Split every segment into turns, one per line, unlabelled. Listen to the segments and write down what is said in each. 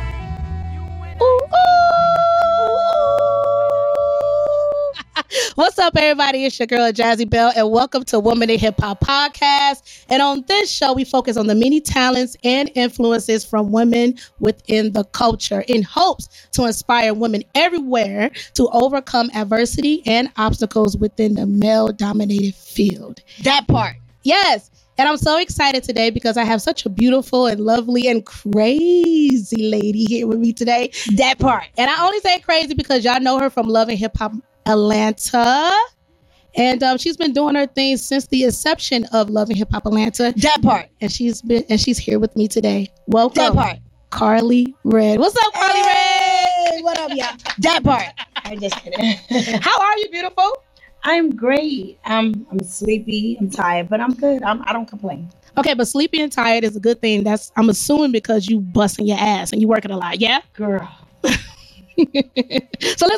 What's up, everybody? It's your girl Jazzy Bell, and welcome to Woman in Hip Hop Podcast. And on this show, we focus on the many talents and influences from women within the culture in hopes to inspire women everywhere to overcome adversity and obstacles within the male dominated field.
That part.
Yes. And I'm so excited today because I have such a beautiful and lovely and crazy lady here with me today.
That part.
And I only say crazy because y'all know her from Love and Hip Hop Atlanta. And um, she's been doing her thing since the inception of Love and Hip Hop Atlanta.
That part.
And she's been and she's here with me today. Welcome.
That part.
Carly Red. What's up, Carly
Hey, what up, y'all? That part. I just
Red? How are you, beautiful?
I'm great. I'm I'm sleepy. I'm tired, but I'm good. I'm I don't complain.
Okay, but sleepy and tired is a good thing. That's I'm assuming because you busting your ass and you working a lot, yeah?
Girl.
so let's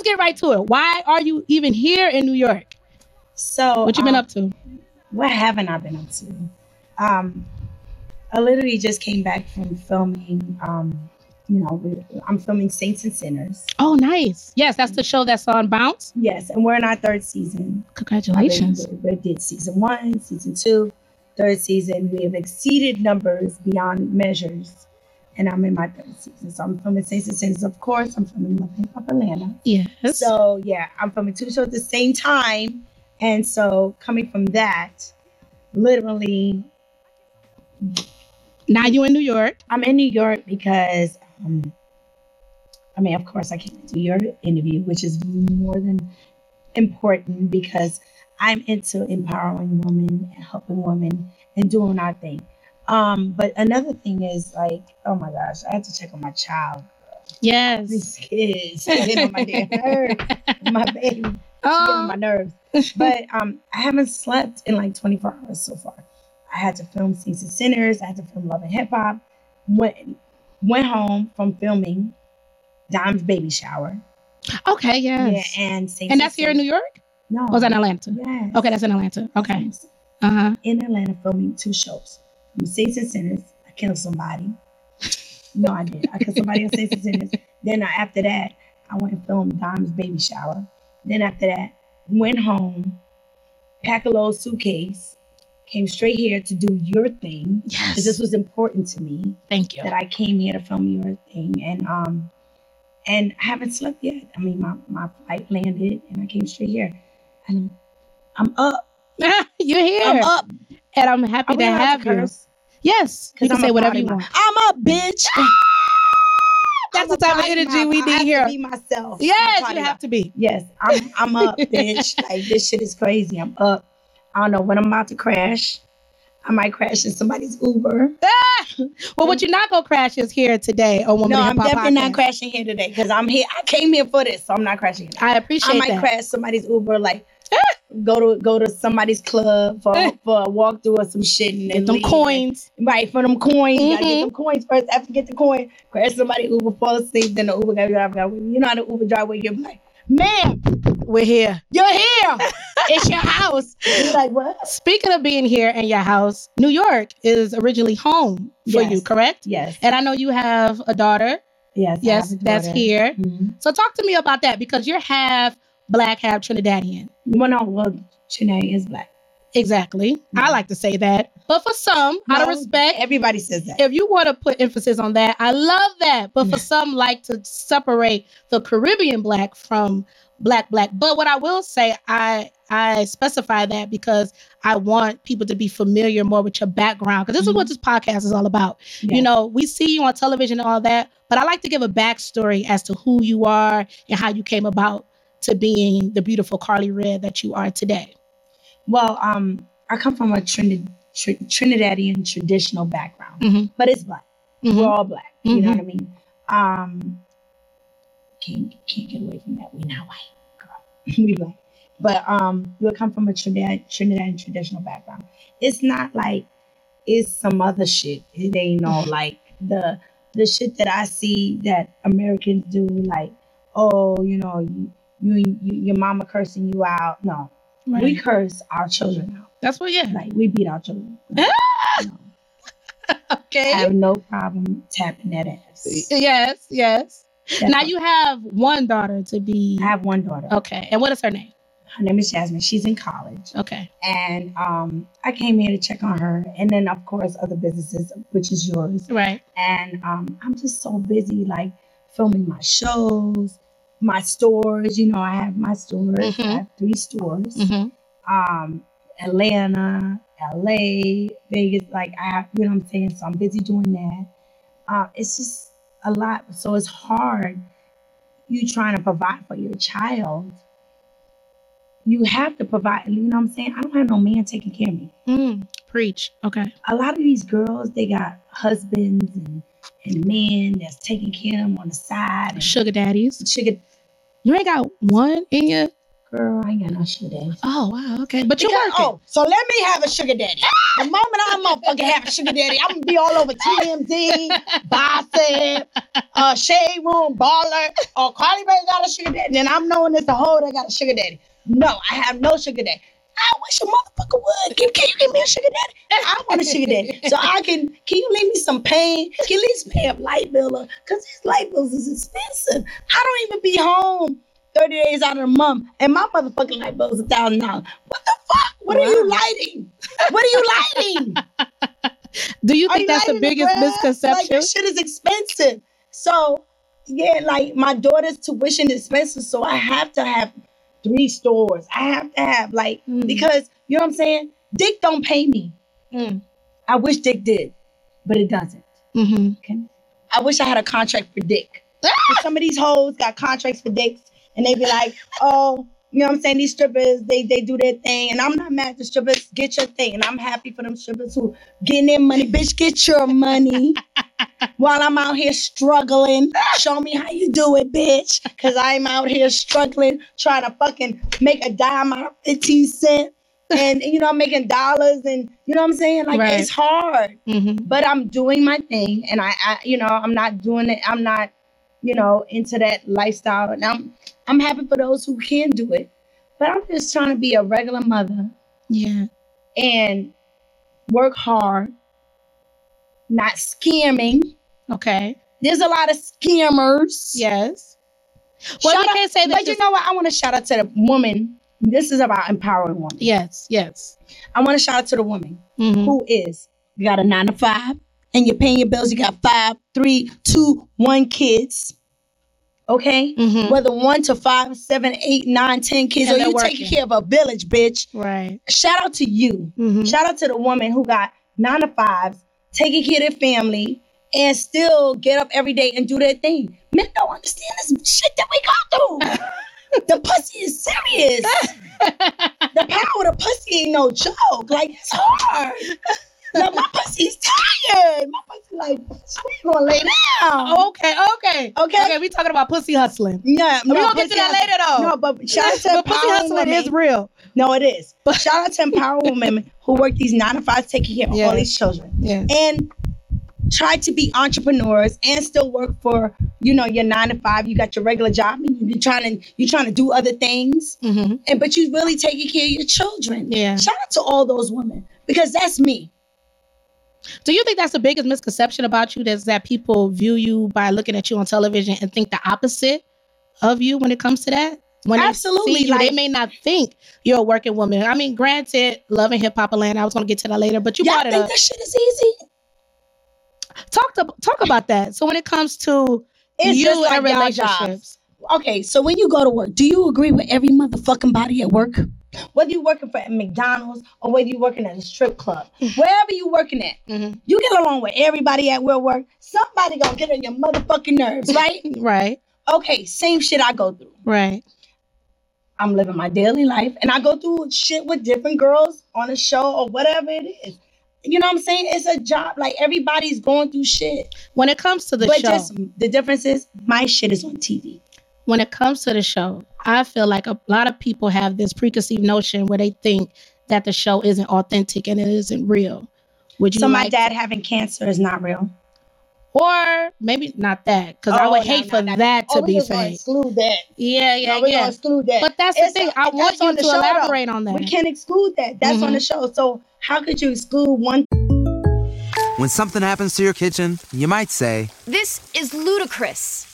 get right to it. Why are you even here in New York?
So
What you been
um,
up to?
What haven't I been up to? Um, I literally just came back from filming. Um, you know, we, I'm filming Saints and Sinners.
Oh, nice. Yes, that's the show that's on Bounce.
Yes, and we're in our third season.
Congratulations.
We, we did season one, season two, third season. We have exceeded numbers beyond measures. And I'm in my third season. So I'm filming Saints and Sinners, of course. I'm filming Love Hip Hop Atlanta.
Yes.
So yeah, I'm filming two shows at the same time. And so coming from that, literally,
now you in New York.
I'm in New York because um, I mean, of course, I came to do your interview, which is more than important because I'm into empowering women and helping women and doing our thing. Um, but another thing is like, oh my gosh, I have to check on my child.
Yes.
These kids get on my damn nerves. My baby, she get on my
Oh,
nerves. But um, I haven't slept in like 24 hours so far. I had to film Saints and Sinners. I had to film Love and Hip Hop. Went went home from filming Dom's baby shower.
okay. Yes.
Yeah, and Saints
and that's here in New York?
No,
Or was that in Atlanta?
Yes.
Okay, that's in Atlanta. Okay. Uh huh.
in Atlanta filming two shows. From Saints and Sinners, I killed somebody. No, I did. I killed somebody on Saints and Sinners. Then I, after that, I went and filmed Dom's baby shower. Then after that, went home, packed a little suitcase, came straight here to do your thing. Because
Yes.
this was important to me
Thank you.
that I came here to film your thing. And um and I haven't slept yet. I mean my, my flight landed and I came straight here. And I'm up.
You're here.
I'm up.
And I'm happy
Are we
to
allowed to
have you.
curse?
Yes. You
Because
can
I'm
say
a
whatever
potty
you
mouth.
want.
Ah, I'm a bitch.
That's
I'm
the
a
type of
potty
energy
mouth.
we
I
need
have to
here.
Be myself. I'm a
Yes,
potty
you have
mouth.
to be.
Yes, I'm. I'm up, bitch. like this shit is crazy. I'm up. I don't know when I'm about to crash. I might crash in somebody's Uber.
Well, what you're not gonna crash is here today on Woman
no,
in
I'm
Hip Hop
definitely not
Podcast.
crashing here today because I'm here. I came here for this, so I'm not crashing. Here.
I
I
appreciate
might
that. Ah!
crash somebody's Uber. Like go to go to somebody's club for for a walkthrough or some shit and then
Get Eh. them
leave.
coins.
Right, for them coins. You gotta
Mhm.
get them coins first. After you get the coin, crash somebody Uber, fall asleep, then the Uber guy driver got You know how the Uber driver, you're like, ma'am,
We're here.
you're here.
It's your house.
You're like, what?
Speaking of being here in your house, New York is originally home for you,
Yes.
correct?
Yes.
And I know you have a daughter.
Yes. I
Yes,
have a
that's
daughter.
here.
Mhm.
So talk to me about that because you're half black, half Trinidadian.
Well, no, well, Janae is black.
Exactly. I like to say that. But for some, out of
No,
respect,
Everybody says that.
if you want to put emphasis on that, I love that. But for some, like to separate the Caribbean black from black black. But what I will say, I I specify that because I want people to be familiar more with your background because this
Mm-hmm.
is what this podcast is all about.
Yeah.
You know, we see you on television and all that, but I like to give a backstory as to who you are and how you came about to being the beautiful Carly Red that you are today.
Well, um, I come from a Trinidad tr- Trinidadian traditional background,
Mhm.
but it's black. We're
Mhm.
all black. You know
Mhm.
what I mean? Um, can't can't get away from that. We're not white, girl. we black, but um, you come from a Trinidad Trinidadian traditional background. It's not like it's some other shit. It ain't all like the the shit that I see that Americans do. Like, oh, you know, you you, you your mama cursing you out. No, we
Right.
curse our children out.
That's what, yeah.
Like we beat our children. No. I
Okay.
have no problem tapping that ass.
Yes, yes.
That's
Now you have one daughter to be.
I have one daughter.
Okay. And what is her name?
Her name is Jasmine. She's in college.
Okay.
And um, I came here to check on her. And then, of course, other businesses, which is yours.
Right.
And um, I'm just so busy, like filming my shows, my stores. You know, I have my stores.
Mhm.
I have three stores
hmm
um, Atlanta, LA, Vegas. Like, I have, you know what I'm saying? So I'm busy doing that. Uh, it's just a lot. So it's hard. You trying to provide for your child. You have to provide, you know what I'm saying? I don't have no man taking care of me.
Mm. Preach. Okay.
A lot of these girls, they got husbands and, and men that's taking care of them on the side. And
Sugar daddies.
sugar,
You ain't got one in your.
girl, I ain't got no sugar daddy.
Oh wow. Okay. But you're
Because-
working.
Oh, so let me have a sugar daddy. The moment I'm motherfucking have a sugar daddy, I'm gonna be all over TMZ, Boston, uh, Shade Room, Baller. Oh, Carly Rae got a sugar daddy, and I'm knowing it's a whole that got a sugar daddy. No, I have no sugar daddy. I wish a motherfucker would. Can, can you give me a sugar daddy? I want a sugar daddy. So I can, can you leave me some pain? Can you at least pay a light bill? Because these light bills is expensive. I don't even be home 30 days out of the month, and my motherfucking light bill is a thousand dollars. What the fuck? What are you lighting? What are you lighting?
Do you
oh, Are
think
you
that's the
lighting the
biggest
grass? Like
misconception?
this shit is expensive. So yeah, like my daughter's tuition is expensive, so I have to have three stores. I have to have like
Mm.
because you know what I'm saying. Dick don't pay me.
Mm.
I wish Dick did, but it doesn't.
hmm
I wish I had a contract for dick. 'Cause Some of these hoes got contracts for dicks, and they be like, oh, you know what I'm saying? These strippers, they they do their thing, and I'm not mad at the strippers. Get your thing, and I'm happy for them strippers who getting their money. Bitch, get your money. While I'm out here struggling, show me how you do it, bitch. Cause I'm out here struggling, trying to fucking make a dime out of 15 cent. And you know, I'm making dollars and you know what I'm saying? Like
Right.
it's hard
hmm
but I'm doing my thing, and I, I, you know, I'm not doing it. I'm not, you know, into that lifestyle, and I'm, I'm happy for those who can do it. But I'm just trying to be a regular mother
Yeah.
and work hard, not scamming.
Okay.
There's a lot of scammers.
Yes. Well,
Shout
we
out-
can't say that.
But you
this-
know what? I want to shout out to the woman. This is about empowering women.
yes. Yes.
I want to shout out to the woman.
hmm
who is you got a nine to five and you're paying your bills you got five three two one kids okay
Mhm.
whether one to five seven eight nine ten kids
And
or
they're
you
working.
taking care of a village bitch
Right.
shout out to you
hmm
shout out to the woman who got nine to fives taking care of their family and still get up every day and do their thing men don't understand this shit that we go through the pussy is serious the power of the pussy ain't no joke. Like it's hard. Like my pussy's tired. My pussy like we gonna lay down.
okay. Okay.
Okay.
Okay. We talking about pussy hustling.
Yeah,
we gonna get to that later, though.
No, but shout out to
but pussy
empowering
hustling
women.
is real.
no, it is. But shout out to empower women who work these nine to fives, taking care of
Yes.
all these children,
Yes.
and try to be entrepreneurs and still work for you know your nine to five. You got your regular job, and you're trying to you're trying to do other things.
hmm
and but you really taking care of your children.
Yeah.
Shout out to all those women because that's me.
Do you think that's the biggest misconception about you? That's that people view you by looking at you on television and think the opposite of you when it comes to that. When they see
Absolutely,
you, they
like-
may not think you're a working woman. I mean, granted, love and hip hop Atlanta. I was gonna get to that later, but you
Y'all
brought it
think
up.
this shit is easy?
talk to, talk about that. So when it comes to
It's
you
just like
and
y'all jobs.
relationships,
Okay, so when you go to work, do you agree with every motherfucking body at work? Whether you're working for McDonald's or whether you're working at a strip club,
Mm-hmm.
wherever you're working at,
Mhm.
you get along with everybody at where work. Somebody gonna get on your motherfucking nerves, right?
right,
okay, same shit I go through.
right,
I'm living my daily life and I go through shit with different girls on a show or whatever it is. You know what I'm saying? It's a job. Like everybody's going through shit.
When it comes to the
but
show,
just the difference is my shit is on TV.
when it comes to the show, I feel like a lot of people have this preconceived notion where they think that the show isn't authentic and it isn't real. Would you
so my
like-
dad having cancer is not real.
or maybe not that because I
Oh,
would
no,
hate
no,
for
no.
that to
Oh, we
be
just gonna
fake.
Exclude that.
Yeah, yeah,
No, we gonna
yeah.
exclude that.
But that's
It's
the thing.
a-
I
that's
want
on
you
the
to
show, though.
elaborate on that. Mm-hmm.
We can't exclude that. That's on the show. So how could you exclude one?
When something happens to your kitchen, you might say,
This is ludicrous.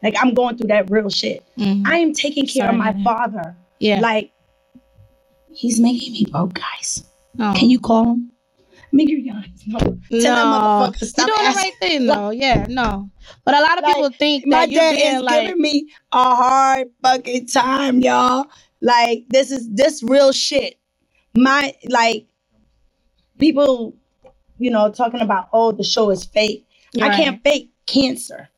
Like I'm going through that real shit. I am taking care
Sorry,
of my
Nana.
father.
yeah.
Like he's making me broke, guys.
Oh.
Can you call him? Make your guys number. Tell that
no,
motherfucker
you're
stop
doing the
asking.
right thing though. Yeah, no. But a lot of
Like,
people think
My
that you're
dad
being
is
like,
giving me a hard fucking time, y'all. Like this is this real shit. My like people, you know, talking about oh the show is fake. I
Right.
can't fake cancer.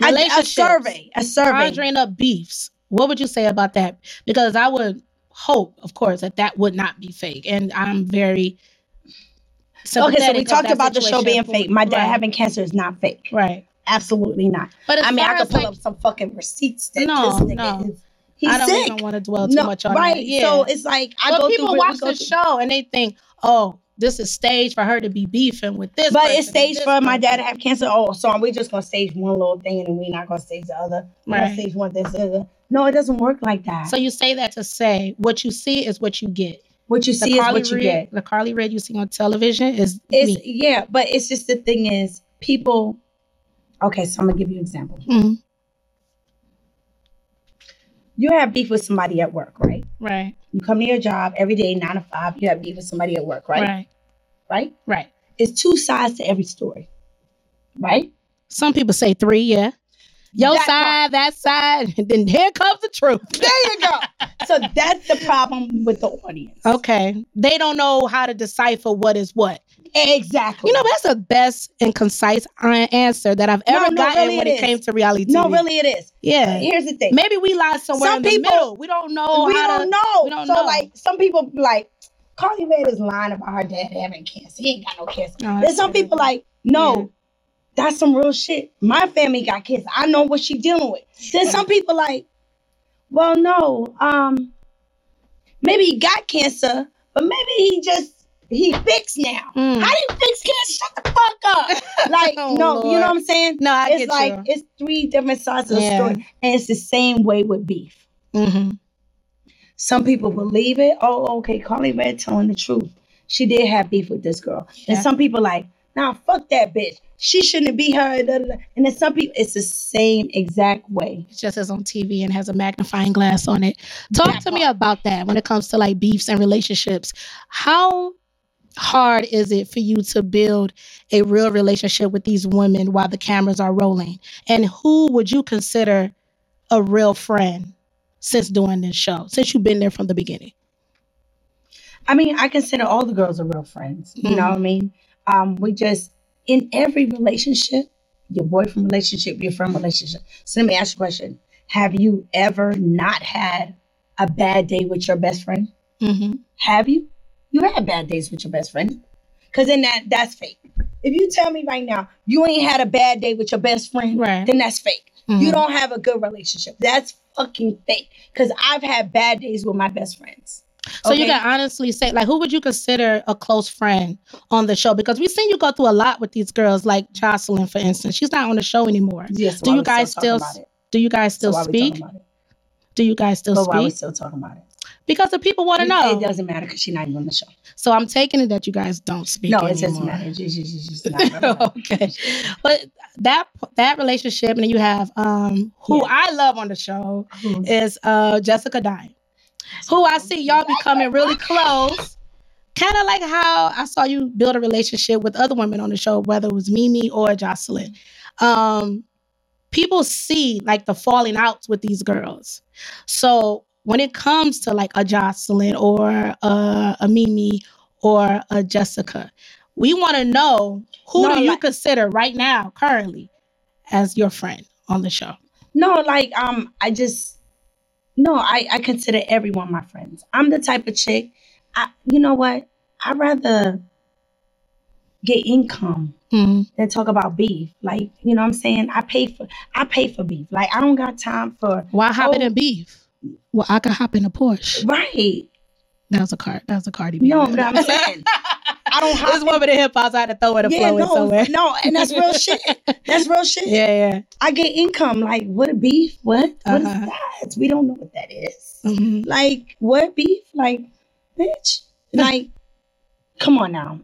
I, a
Relationships.
survey, a survey.
conjuring up beefs. What would you say about that? Because I would hope, of course, that that would not be fake, and I'm very
okay, so
sympathetic
we
of
talked
that
about the show being
situation for-
fake. My dad
right,
having cancer is not fake.
right.
Absolutely not.
But as
I mean,
far
I could
as,
pull
like,
up some fucking receipts. That
No,
this nigga
no.
is- he's
I don't
sick.
even want to dwell uh, too much on
right.
that. Yeah.
So it's like I
but
go
people
through, we
watch
go
the
through-
show and they think, oh, this is staged for her to be beefing with this.
But
person
it's
and
staged
this
for my dad to
person."
have cancer. Oh, so we just gonna stage one little thing and we not gonna stage the other. We're
Right.
gonna stage one this other. No, it doesn't work like that.
So you say that to say what you see is what you get.
what you
The
see is
Carly
what you
Rae-
get.
The Carly Red you see on television is
It's
me.
yeah, but it's just the thing is people. Okay, so I'm gonna give you an example.
Mhm.
You have beef with somebody at work, right?
Right,
You come to your job every day, nine to five. You have beef with somebody at work, right?
right,
Right?
right.
It's two sides to every story, right?
Some people say three, yeah. Your
That
side, that side, and then here comes the truth.
There you go. so that's the problem with the audience.
Okay. They don't know how to decipher what is what.
Exactly.
You know, that's the best and concise uh, answer that I've
No,
ever
no,
gotten
really
when
it
it,
is.
came to reality
no,
TV.
really, it is.
Yeah.
Here's the thing.
Maybe we lie somewhere
Some
in the
people-
middle. We don't know
we
how to.
don't know.
we don't
so
know.
like some people be like Carly Rae is lying about her dad having cancer. He ain't got no cancer.
No,
There's
that's
some
crazy.
people like no. That's some real shit. My family got cancer. I know what she dealing with. Then some people like, well, no, um, maybe he got cancer, but maybe he just he fixed now.
Mm.
How do you fix cancer? Shut the fuck up. Like,
Oh,
no, you
Lord.
know what I'm saying?
No, I
it's
get
like
you.
it's three different sides of
Yeah.
the story, and it's the same way with beef.
hmm
Some people believe it. Oh, okay, Carly Rae telling the truth. She did have beef with this girl.
Yeah.
And some people like, nah, fuck that bitch. She shouldn't be her. da, da, da. And then some people, it's the same exact way.
It just is on TV and has a magnifying glass on it. Talk to me about that when it comes to like beefs and relationships. How hard is it for you to build a real relationship with these women while the cameras are rolling? And who would you consider a real friend since doing this show, since you've been there from the beginning?
I mean, I consider all the girls are real friends. You know what I mean? Um, we just in every relationship, your boyfriend relationship, your friend relationship. So let me ask you a question: Have you ever not had a bad day with your best friend?
Mm-hmm.
Have you? You had bad days with your best friend. Cause then that that's fake. If you tell me right now you ain't had a bad day with your best friend,
Right.
then that's fake.
Mhm.
You don't have a good relationship. That's fucking fake. Cause I've had bad days with my best friends.
So you
Okay?
can honestly say, like, who would you consider a close friend on the show? Because we've seen you go through a lot with these girls, like Jocelyn, for instance. She's not on the show anymore.
Yes,
do
why
you
we
guys
talking
still,
about it?
do you guys
So
still
why we talking
speak?
about it?
Do you guys still
But why we
speak? Oh,
still talking about it?
Because the people want to
It
know.
doesn't matter because she's not even on the show.
So I'm taking it that you guys don't speak.
no, it doesn't
anymore.
matter. It's just, it's just- it's just not relevant.
okay, but that that relationship, and then you have um who
Yeah.
I love on the show,
Who-
is uh Jessica Dye, who I see y'all becoming really close. Kind of like how I saw you build a relationship with other women on the show, whether it was Mimi or Jocelyn. Um, people see like the falling outs with these girls. So when it comes to like a Jocelyn or a, a Mimi or a Jessica, we want to know who
No,
do you
like-
consider right now, currently, as your friend on the show?
No, like um, I just no, I I consider everyone my friends. I'm the type of chick. I you know what? I'd rather get income
Hmm.
than talk about beef. Like you know, what I'm saying I pay for I pay for beef. Like I don't got time for
Why hop in
Oh.
a beef? Well, I could hop in a Porsche.
right.
That was a card. That was a Cardi B.
No, but I'm saying I don't
this
hop.
woman in hip hop, I had to throw it a
Yeah,
flow in
no,
somewhere.
no, and that's real shit. That's real shit.
Yeah, yeah.
I get income. Like what a beef? What? What is
Uh-huh.
that? We don't know what that is.
Mhm.
Like what beef? Like bitch. Like come on now.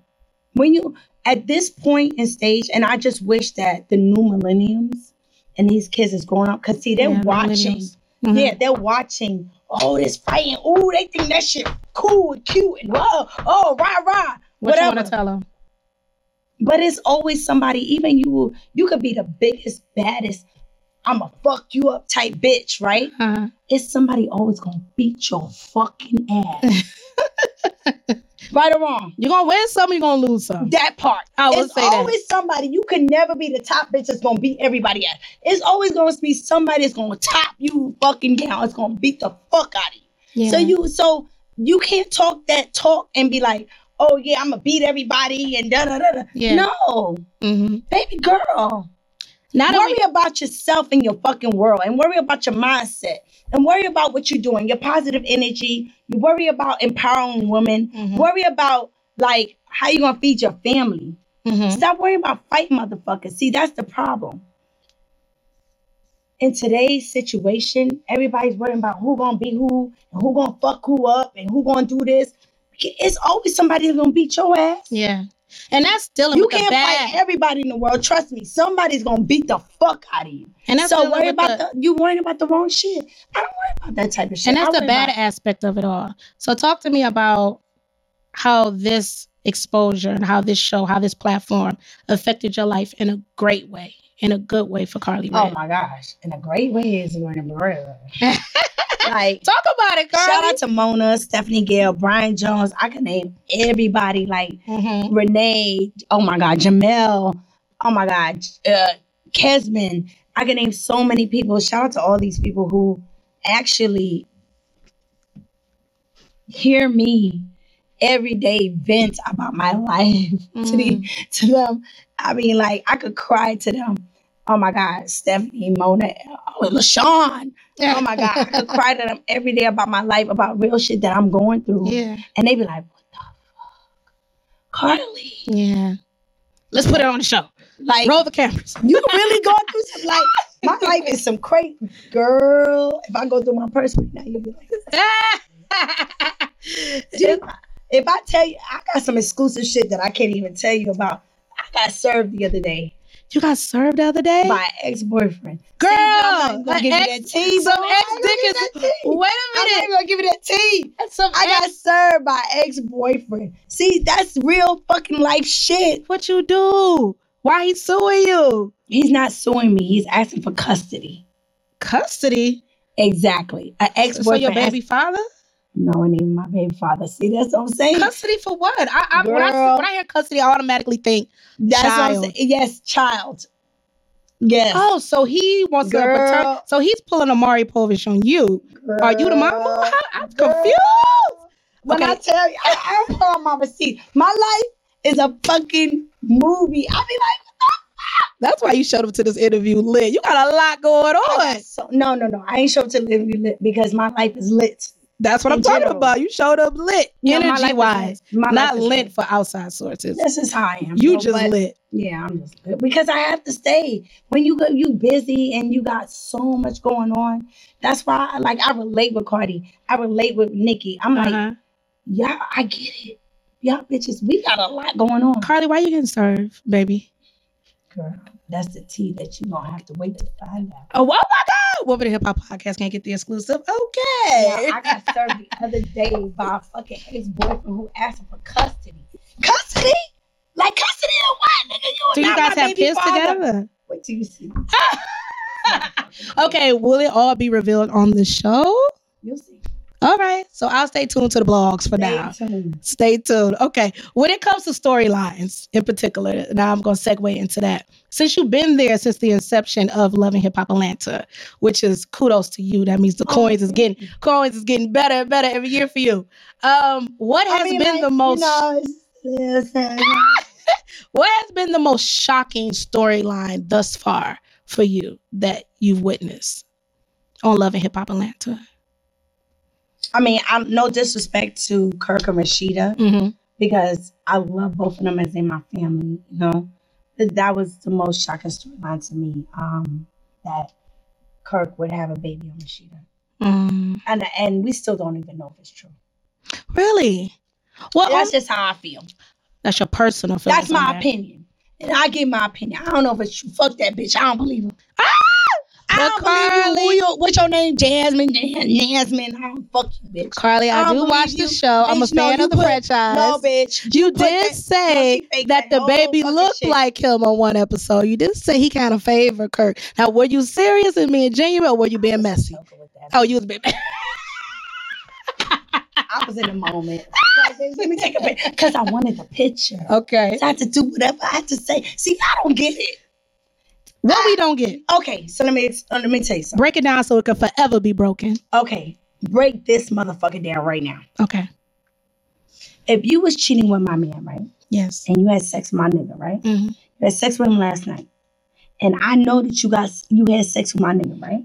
When you at this point in stage, and I just wish that the new millenniums and these kids is growing up because see they're
Yeah, the
watching.
millennials. Mhm.
Yeah, they're watching. Oh, this fighting. Oh, they think that shit cool and cute and whoa, oh, rah rah.
What you
whatever.
want to tell them?
But it's always somebody, even you will, you could be the biggest, baddest, I'ma fuck you up type bitch, right?
Uh-huh.
It's somebody always gonna beat your fucking ass. right or wrong.
You're gonna win some, you're gonna lose some.
That part.
I will
it's
say that.
always somebody. You can never be the top bitch that's gonna beat everybody ass. It's always gonna be somebody that's gonna top you fucking down. It's gonna beat the fuck out of you. So you so you can't talk that talk and be like, oh yeah, I'm gonna beat everybody and da da da da.
Yeah.
No,
hmm
baby girl.
Not
Worry
only
about yourself and your fucking world and worry about your mindset and worry about what you're doing, your positive energy. You worry about empowering women.
Mhm.
Worry about like how you gonna feed your family.
Mhm.
Stop worrying about fighting motherfuckers. See, that's the problem. In today's situation, everybody's worrying about who gonna be who and who gonna fuck who up and who gonna do this. It's always somebody that's gonna beat your ass.
yeah, and that's dealing
You
with the
can't
bad.
fight everybody in the world. Trust me, somebody's gonna beat the fuck out of you.
and that's
so
dealing
worry
with
about
the,
the, you worrying about the wrong shit. I don't worry about that type of shit.
and
I
that's the
worry
bad
about-
aspect of it all. So talk to me about how this exposure and how this show, how this platform affected your life in a great way, in a good way for Carly.
Oh
Rae.
my gosh! In a great way is going to be like
Talk about it, Carly.
Shout out to Mona, Stephanie Gale, Brian Jones. I can name everybody like
Mhm.
Renee. Oh my God, Jamel. Oh my God, uh, Kesman. I can name so many people. Shout out to all these people who actually hear me every day vent about my life to, the, to them. I mean, like I could cry to them. Oh my God, Stephanie, Mona, oh LaShawn. Oh my God, I could cry to them every day about my life, about real shit that I'm going through.
Yeah,
And they be like, what the fuck? Carly.
yeah. Let's put it on the show.
Like,
Roll the cameras.
you really going through some, like, my life is some crazy. Girl, if I go through my purse right now, you'll be like, Jim, if I tell you, I got some exclusive shit that I can't even tell you about. I got served the other day
you got served the other day,
by an ex-boyfriend.
girl.
I'm
an
not gonna give you
ex-
that tea,
some
boy.
ex
Look
dick
at
is.
that
Wait
tea.
a minute.
I'm not even gonna give you that tea.
Some
I got
ex-
served by ex-boyfriend. See, that's real fucking life shit.
what you do? Why he suing you?
He's not suing me. He's asking for custody.
Custody
Exactly. An ex-boyfriend.
for your baby father.
No, it ain't my baby father. See, that's what I'm saying.
Custody for what? I, I, when, I see,
Girl.
when I hear custody, I automatically think,
That's what
Child.
I'm saying. Yes, child. Yes.
oh, so he wants to
Girl.
return. So he's pulling a Mari Povich on you. Are you the mama?
Girl.
I, am
Girl.
confused.
When I
Okay.
tell you, I, I'm on my receipt. My life is a fucking movie. I be like,
That's why you showed up to this interview lit. You got a lot going
I
on.
got "Oh, so, no, no, no. I ain't show up to live lit because my life is lit.
That's what
In
I'm talking
general.
about. You showed up lit,
No, my life is
energy wise,
lit. My
not
life is
lit
lit.
for outside sources.
This is how I am.
You
bro,
just
but-
lit.
Yeah, I'm just good because I have to stay. When you go, you busy and you got so much going on. That's why, I, like, I relate with Cardi. I relate with Nikki. I'm like,
Uh-huh.
y'all, I get it. Y'all bitches, we got a lot going on.
Carly, why you getting served, baby?
Girl, that's the tea that you gonna have to wait to find out.
Oh, oh my God! Woman in Hip Hop Podcast can't get the exclusive.
Now,
Okay.
I got served the other day by a fucking ex boyfriend who asked for custody.
Custody?
Like custody of what, nigga? You are
Do you
not
guys
my
have
baby
kids
father.
together?
Wait till you see.
Okay, will it all be revealed on the show?
You'll see.
All right. So I'll stay tuned to the blogs for now.
Stay tuned.
Stay tuned. Okay. When it comes to storylines in particular, now I'm going to segue into that. Since you've been there since the inception of Love and Hip Hop Atlanta, which is kudos to you. That means the
Oh,
coins is getting coins is getting better and better every year for you. Um, what has
I mean,
been
like,
the most
You know, it's- it's, uh,
what has been the most shocking storyline thus far for you that you've witnessed on Love and Hip Hop Atlanta?
I mean, I'm no disrespect to Kirk and Rashida
Mm-hmm.
because I love both of them as in my family. You know, But that was the most shocking storyline to me. Um, that Kirk would have a baby on Rashida,
Mm-hmm.
and and we still don't even know if it's true.
Really? Well,
That's just how I feel.
that's your personal. feelings
That's my
on that.
opinion. And I give my opinion. I don't know if it's true. Fuck that bitch. I don't believe her. Ah! I
Well,
don't believe you. Who
Carly-
your- what's your name? Jasmine. Jan- Jasmine. I don't fuck you, bitch.
Carly, I,
I don't
do
believe
watch
you.
the show. I'm a
Bitch, no,
fan
you
of the
put-
franchise.
No, bitch.
You
put
did
that-
say
no, she
that
faked that
the
whole
baby
fucking
looked
shit.
like him on one episode. You did say he kind of favored Kirk. Now, were you serious and being genuine, or were you being messy?
So good with that.
Oh, you was being messy.
I was in the moment. Like, bitch, Let me take a picture because I wanted the picture.
okay.
So I had to do whatever I had to say. See, I don't get it.
What we don't get.
Okay, so let me ex- let me tell you something.
Break it down so it can forever be broken.
Okay, break this motherfucker down right now.
Okay.
If you was cheating with my man, right,
Yes.
and you had sex with my nigga, right,
Mm-hmm.
You had sex with him last night, and I know that you got you had sex with my nigga, right?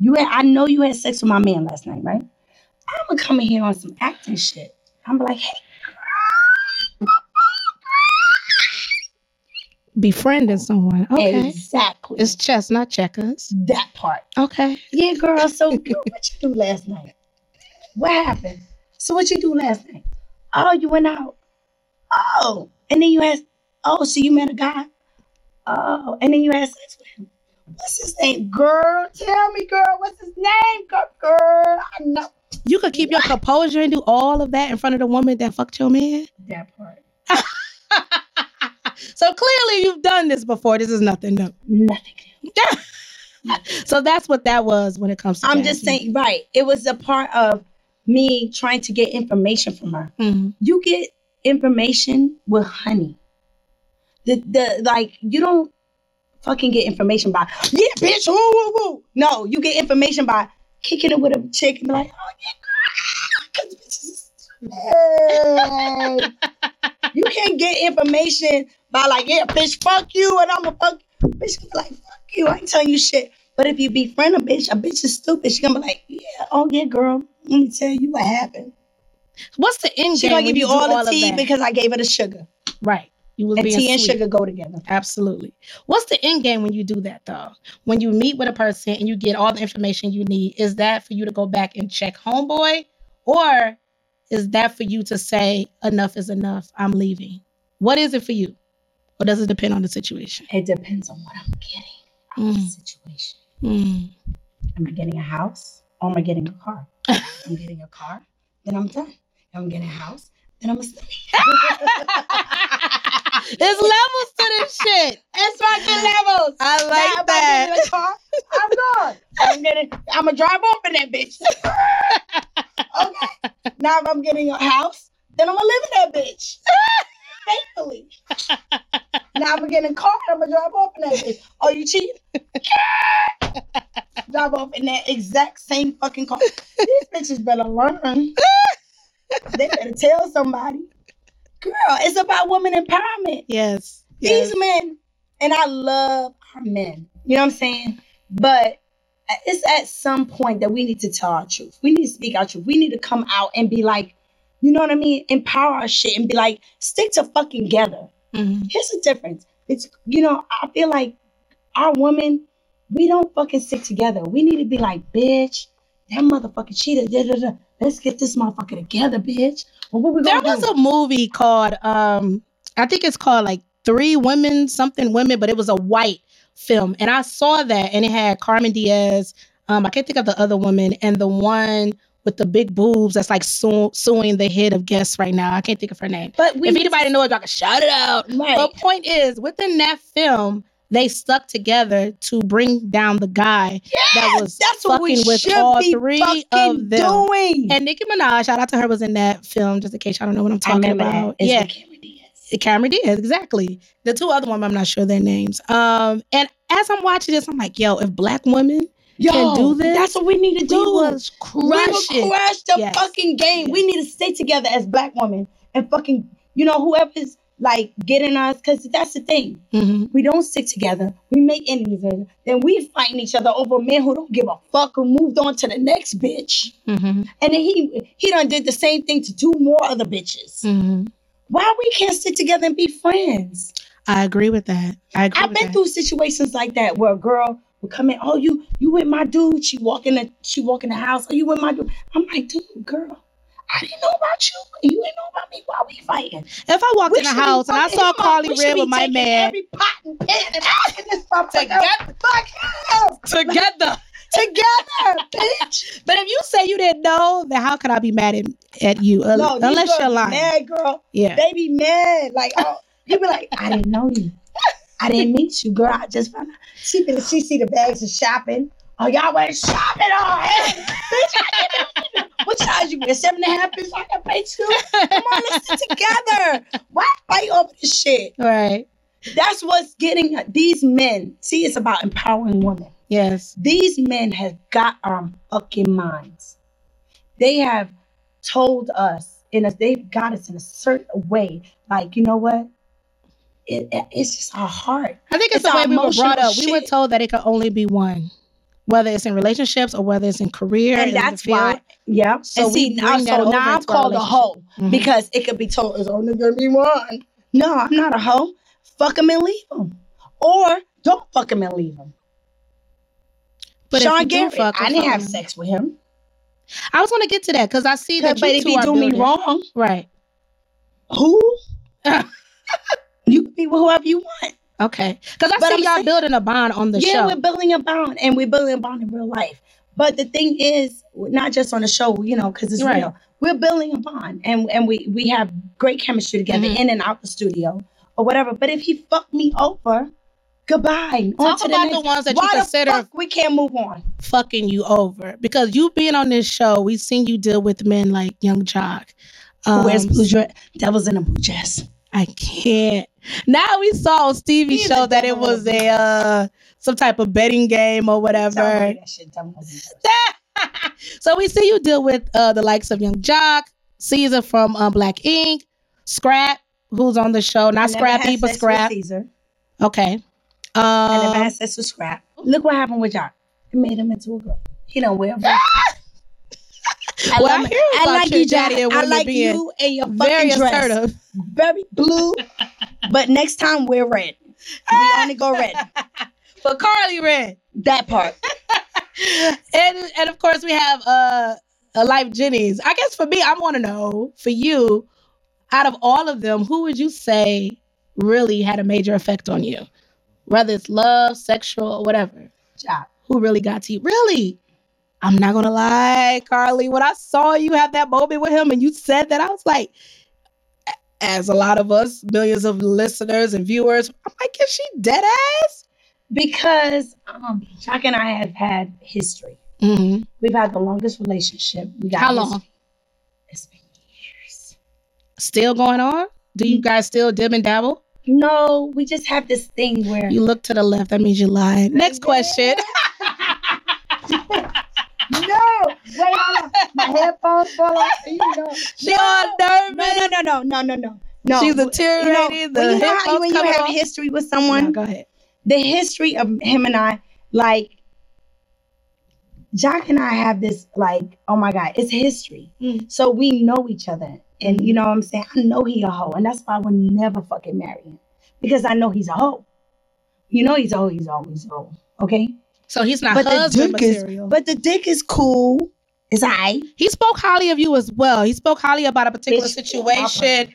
You had, I know you had sex with my man last night, right? I'm gonna come in here on some acting shit. I'm like, hey,
Befriending someone. Okay.
exactly,
It's chess, not checkers.
that part.
Okay.
Yeah, girl. So girl, what you do last night? What happened? So what you do last night? Oh, you went out. Oh, and then you asked. Oh, so you met a guy. Oh, and then you had sex with him. What's his name, girl? Tell me, girl. What's his name, girl? girl? I know
You could keep your composure and do all of that in front of the woman that fucked your man.
that part.
So clearly you've done this before. This is nothing new.
Nothing.
So that's what that was when it comes to
I'm just
Jasmine.
saying, right? It was a part of me trying to get information from her.
Mhm.
you get information with honey. The the like you don't fucking get information by yeah, bitch. Woo woo woo. No, you get information by kicking it with a chick and be like, oh yeah, girl. 'cause bitches is stupid. you can't get information by like yeah, bitch, fuck you, and I'm a fuck bitch. Gonna be like fuck you, I ain't telling you shit. But if you befriend a bitch, a bitch is stupid. She gonna be like, yeah, oh yeah, girl. Let me tell you what happened.
What's the end
She
game?
gonna
when
give you
do
all the
of
tea
that?
because I gave her the sugar.
right, you was
And
being
tea and
sweet.
sugar go together.
Absolutely. What's the end game when you do that though? When you meet with a person and you get all the information you need, is that for you to go back and check homeboy, or is that for you to say enough is enough? I'm leaving. What is it for you, or does it depend on the situation?
It depends on what I'm getting out of the
Mm.
situation.
Mm.
Am I getting a house or am I getting a car? I'm getting a car, then I'm done. If I'm getting a house, then I'm a stay.
There's levels to this shit. It's fucking levels. I
Now,
like
if I'm
that.
getting a car, I'm gone. I'm getting. I'm gonna drive off in that bitch. okay. Now if I'm getting a house, then I'm gonna live in that bitch. Thankfully. now if I'm getting a car, I'm gonna drive off in that bitch. Are you cheating? drive off in that exact same fucking car. These bitches better learn. they better tell somebody. Girl, it's about women empowerment
Yes. yes.
these men, and I love our men. You know what I'm saying? But it's at some point that we need to tell our truth. We need to speak our truth. We need to come out and be like, you know what I mean? Empower our shit and be like, stick to fucking together.
Mhm.
Here's the difference. It's you know, I feel like our women, we don't fucking stick together. We need to be like, bitch, that motherfucking cheater. Da, da, da. Let's get this motherfucker together, bitch. Well, what we
There
gonna
was
do?
a movie called um I think it's called like Three Women, something women, but it was a white film. And I saw that and it had Carmen Diaz, Um, I can't think of the other woman and the one with the big boobs that's like su- suing the head of guests right now. I can't think of her name.
But we
if anybody knows, I can shout it out.
right.
But point is, within that film, they stuck together to bring down the guy that was
that's what we
fucking with
should
all
be
three
fucking
of them.
doing.
And Nicki Minaj, shout out to her, was in that film. Just in case y'all don't know what I'm
I
talking
remember
about.
that. It's
yeah,
with Cameron Diaz.
Cameron Diaz, exactly. The two other women, I'm not sure their names. Um, and as I'm watching this, I'm like, yo, if black women,
Yo,
do this,
That's what we need to
we
do.
was
We will
crushing.
crush the
Yes.
fucking game. We
Yes.
need to stay together as black women and fucking, you know, whoever's like getting us, because that's the thing.
Mhm.
We don't stick together. We make enemies. and Then we fighting each other over men who don't give a fuck who moved on to the next bitch.
Mhm.
And then he he done did the same thing to two more other bitches.
Mhm.
Why we can't sit together and be friends?
I agree with that. I agree
I've
with
been
that.
through situations like that where a girl would come in, oh you you with my dude? She walk in the she walk in the house. Oh you with my dude? I'm like, dude, girl, I didn't know about you. and You didn't know about me. Why we fighting?
If I walked
We
in the
should be
house and I
fucking-
saw
come on,
Carly
we should
Red
be
with my
taking
man
Every pot and pan and fucking this motherfucker
Together.
Fuck hell.
together,
together, bitch.
but if you say you didn't know, then how could I be mad at, at you? Un-
No, these
unless
girls
you're
be
lying.
Mad girl,
Yeah.
they be mad. Like oh, you be like, I didn't know you. I didn't meet you, girl. I just found out. She been she see the bags of shopping. Oh, y'all went shopping all hey, bitch. I didn't know you. What size you wear? Seven and a half bitch. I can pay two. Come on, let's sit together. Why fight over this shit?
Right.
That's what's getting these men. See, it's about empowering women.
Yes.
These men have got our fucking minds. They have told us in a they've got us in a certain way. Like, you know what? It, it- it's just our heart.
I think it's,
It's
the way
our
we were brought
emotional
up. We were
shit.
told that it could only be one, whether it's in relationships or whether it's in career.
And
in the
that's
field.
why, yeah.
So
and
we
see, now,
bring that
so
over
now I'm
into our
called a hoe
Mhm.
because it could be told it's only gonna be one. No, I'm not a hoe. Fuck them and leave them, or don't fuck them and leave them.
But if you
Sean
do
Garrett,
fuck
I
with
didn't have
someone-
sex with him,
I was going to get to that because I see that
but
you
if
two
he
are
do me
building-
wrong,
right?
Who? you can be with whoever you want.
Okay, because I
But
see
I'm
y'all
saying-
building a bond on the
yeah,
show.
we're building a bond and we're building a bond in real life. But the thing is, not just on the show, you know, because it's
Right.
real. We're building a bond and, and we, we have great chemistry together
Mhm.
in and out the studio or whatever. But if he fucked me over, goodbye. On
Talk
to
about
next.
the ones that you
Why the
consider-
fuck we can't move on.
fucking you over because you being on this show, we've seen you deal with men like Young Jock.
Who
Um,
wears blue dress? Devil's in a blue dress.
I can't. Now we saw Stevie
He's
show
a
that it
devil.
was a uh, some type of betting game or
Tell
whatever.
me that shit, Devil in a Blue Dress.
so we see you deal with uh, the likes of Young Jock, Caesar from um, Black Ink, Scrap, who's on the show,
I
not
never had
Scrappy,
sex
but
with
Scrap.
Caesar.
Okay.
and the
Um,
bad sister scrap. Look what happened with y'all. It made him into a girl. He don't wear. I
Well, I
love it.
hear about your daddy
Jack.
and
I
women
like
being
you and your fucking
very
dress.
assertive.
Very blue. but next time we're red. We only go red.
But Carly Red.
That part.
and and of course we have uh a life jennies i guess for me i want to know for you out of all of them who would you say really had a major effect on you whether it's love sexual or whatever
Job.
who really got to you really i'm not gonna lie carly when i saw you have that moment with him and you said that i was like a- as a lot of us millions of listeners and viewers i'm like is she dead ass
Because um, Jack and I have had history.
mm-hmm.
We've had the longest relationship. We got
how long
history. It's been years.
still going on do you guys still dib and dabble
No, we just have this thing where
You look to the left. That means you lied. Next question.
no, wait, hold on. my headphones fall off. You know,
She all nervous.
no, no, no, no, no, no, no. No,
She's
you know,
deteriorating.
when you
the
know how you-
headphones
when you
coming
have
off.
history with
No,
someone,
go ahead.
the history of him and I, like Jock and I have this, like, oh my God, it's history.
Mm.
So we know each other. And you know what I'm saying? I know he a hoe. And that's why I would never fucking marry him. Because I know he's a hoe. You know he's a hoe, he's a hoe, he's a hoe. Okay?
So he's not
But the
husband
dick is
material.
but the dick is cool. It's I
he spoke highly of you as well. He spoke highly about a particular situation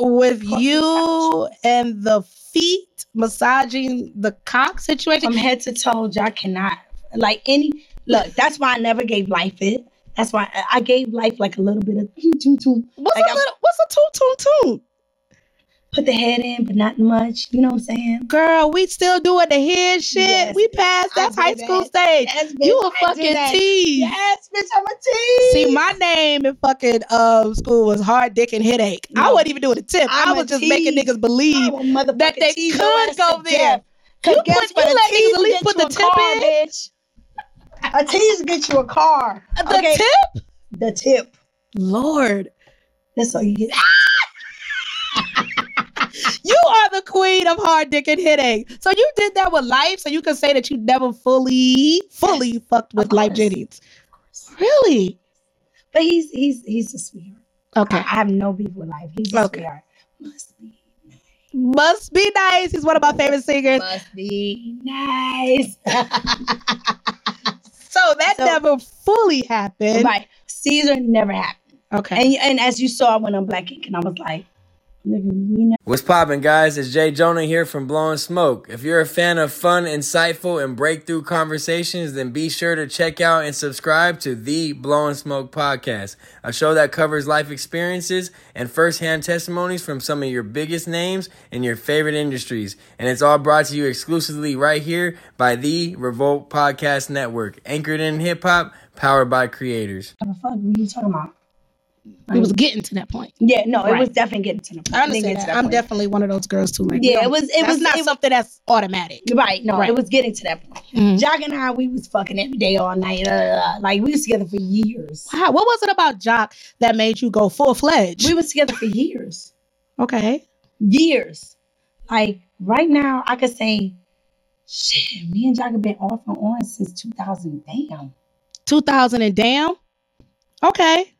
with you and the feet massaging the cock situation.
From head to toe, Jock cannot Like any look, that's why I never gave life it. That's why I- I gave life like a little bit of toot toot.
What's
Like,
a
I'm-
little? What's a toot toot toot?
Put the head in, but not much. You know what I'm saying?
Girl, we still doing the head shit.
Yes,
we passed
I
that
do
high
that.
school stage.
Yes, bitch,
You
I
a
do that.
fucking tease.
Yes, bitch, I'm a tease.
See, my name in fucking um, school was hard dick and headache. I
No.
wasn't even doing a tip. i
I'm
was
a
just making
tease.
niggas believe. that they could go there.
Cause
You
guess
put-
what?
you let
A
niggas
tease
at least
will
put the
get you a
tip
car,
in.
bitch. A tease get you a car.
The
okay,
tip,
the tip.
Lord,
That's all you get.
Ah! you are the queen of hard dick and headache. So you did that with life, so you can say that you never fully, fully fucked with life
course.
Jennings. Really?
But he's he's he's a sweetheart. I,
Okay.
I have no beef with life. He's a
Okay.
sweetheart. Must be
Must be nice. He's one of my favorite singers.
must be nice.
So that
So-
never fully happened.
right. Caesar never happened.
Okay.
And and as you saw when I'm black ink, and I was like, nigga, we never
What's poppin', guys? It's Jay Jonah here from Blowing Smoke. If you're a fan of fun, insightful, and breakthrough conversations, then be sure to check out and subscribe to the Blowing Smoke podcast, a show that covers life experiences and firsthand testimonies from some of your biggest names in your favorite industries. And it's all brought to you exclusively right here by the Revolt Podcast Network, anchored in hip hop, powered by creators.
fuck. What you talking about?
It was getting to that point.
Yeah, no, it
Right.
was definitely getting to the point.
I
Didn't
understand
get to
that. I'm
point.
definitely one of those girls too. Like,
Yeah,
no,
it was- it
that's
was-
not
it-
something that's automatic.
Right, no,
Right.
it was getting to that point.
Mhm.
Jock and I, we was fucking every day, all night. blah, blah, blah. Like we was together for years.
Wow, what was it about Jock that made you go full fledged?
We was together for years,
okay.
years. Like right now, I could say, shit, me and Jock have been off and on since 2000. Damn,
2000 and damn. Okay.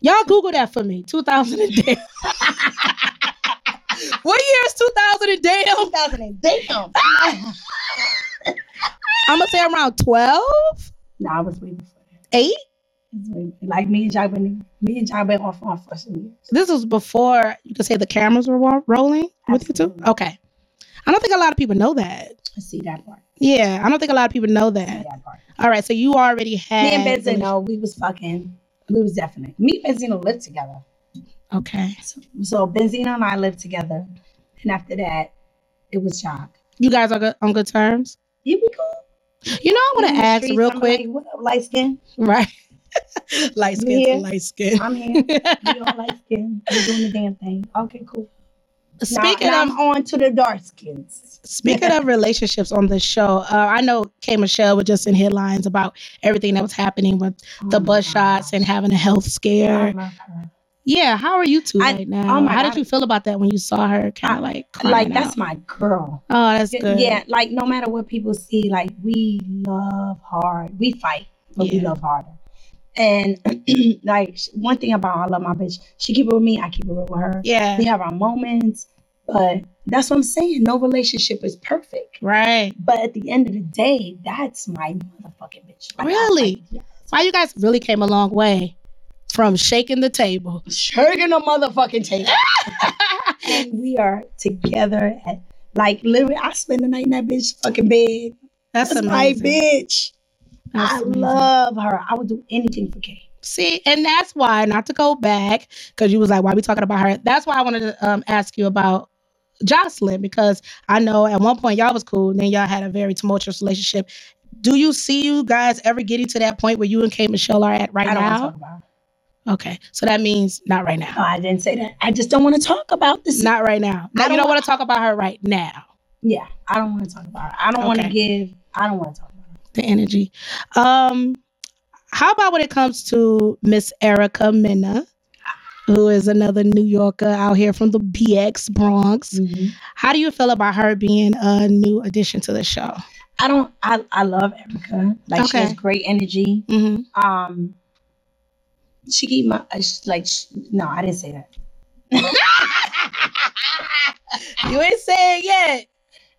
Y'all Google that for me. 2000 and damn. what year is 2000 and damn?
2000 and damn.
I'm going to say around 12,
nah, I was way before that.
8.
It was way- Like me and Jock been, me and Jock been off and on for some years.
This was before you could say the cameras were wa- rolling with you two.
Absolutely.
Okay. I don't think a lot of people know that.
I see that part.
Yeah, I don't think a lot of people know
I see
that.
that part.
All right, so you already had
Me and Benzino, we was fucking, we was definitely. Me and Benzino lived together.
Okay,
So, so Benzino and I lived together, and after that, it was Jock.
you guys are good, on good terms.
Yeah, we cool.
You know, I want
In
to
the
ask
streets,
real
I'm
quick,
Like, what up, light skin?
right? light skin
Yeah.
to light skin.
I'm here. We all light skin. We're doing the damn thing. Okay, cool. Now-
speaking
now
of
I'm on to the dark skins.
Speaking of relationships on this show, uh, I know K Michelle was just in headlines about everything that was happening with the
Oh my
bus
God.
shots and having a health
I
scare.
love her.
Yeah, how are you two
I-
right now?
oh my
how
God.
did you feel about that when you saw her kind
I-
of like
Like
crying
that's
out?
my girl.
oh, that's
Y-
good.
Yeah, like no matter what people see, like we love hard. We fight, but we
Yeah.
love harder. And like sh- one thing about I love my bitch, she keep it with me, I keep it real with her.
yeah,
We have our moments, but that's what I'm saying. No relationship is perfect.
right.
But at the end of the day, that's my motherfucking bitch. Like, I-
Really?
like, yeah.
Wow, you guys really came a long way from shaking the table.
Shaking a motherfucking table. and we are together at like literally I spend the night in that bitch fucking bed.
That's,
That's
amazing.
my bitch.
That's
I
amazing.
love her. I would do anything for Kay.
See, and that's why not to go back because you was like, "Why we talking about her?" That's why I wanted to um, ask you about Jocelyn because I know at one point y'all was cool, and then y'all had a very tumultuous relationship. Do you see you guys ever getting to that point where you and K Michelle are at right
I don't want to
now?
talk about. Her.
Okay, so that means not right now,
No, I didn't say that. I just don't want to talk about this.
not right now. No,
I
you
don't
don't want to talk about her right now.
yeah, I don't want to talk about. Her. I don't want to
Okay.
give. I don't want to talk about. Her.
The energy. Um, how about when it comes to Miss Erica Minna, who is another New Yorker out here from the BX Bronx? How do you feel about her being a new addition to the show?
I don't. I I love Erica. Like she has
Okay.
great energy.
Mm-hmm.
Um, she keep my uh, sh- like. sh no, I didn't say that.
You ain't saying yet.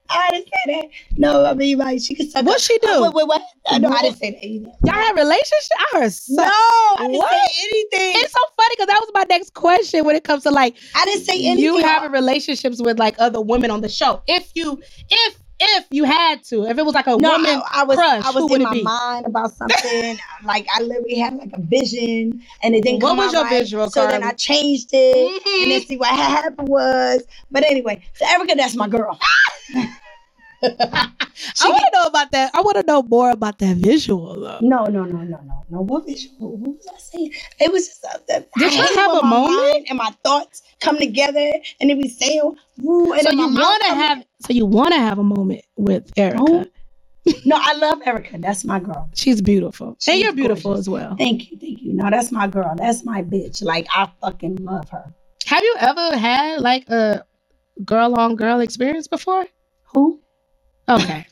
I didn't say that. No, I mean like she could suck.
What she do?
Oh, Wait, wait, what? Uh, No, I didn't say that either.
Y'all had relationship? I heard so.
No, I didn't
What?
say anything.
It's so funny because that was my next question when it comes to like
I didn't say anything.
you having relationships with like other women on the show. If you, if if you had to, if it was like a
No,
woman
I, I was
crush,
I
who
was
would
in
it
my
be?
mind about something. like I literally had like a vision, and it didn't
What
come
was
out
your
right,
visual, Mm-hmm.
So then
Carly?
I changed it, and then see what happened was. But anyway, so Erica, that's my girl.
I want to know about that. I want to know more about that visual though.
No, no, no, no, no, no. What visual? What was I saying? It was just uh, that.
Did
I
you
hate
have
when
a
my
moment?
mind and my thoughts come together, and then we say, "Woo!" And
so
then
you
my mouth
want to
come-
have, so you want to have a moment with Erica.
Oh. No, I love Erica. That's my girl.
She's beautiful, and
She's
you're beautiful
gorgeous.
as well.
Thank you, thank you. No, that's my girl. That's my bitch. Like I fucking love her.
Have you ever had like a girl on girl experience before?
Who?
Okay.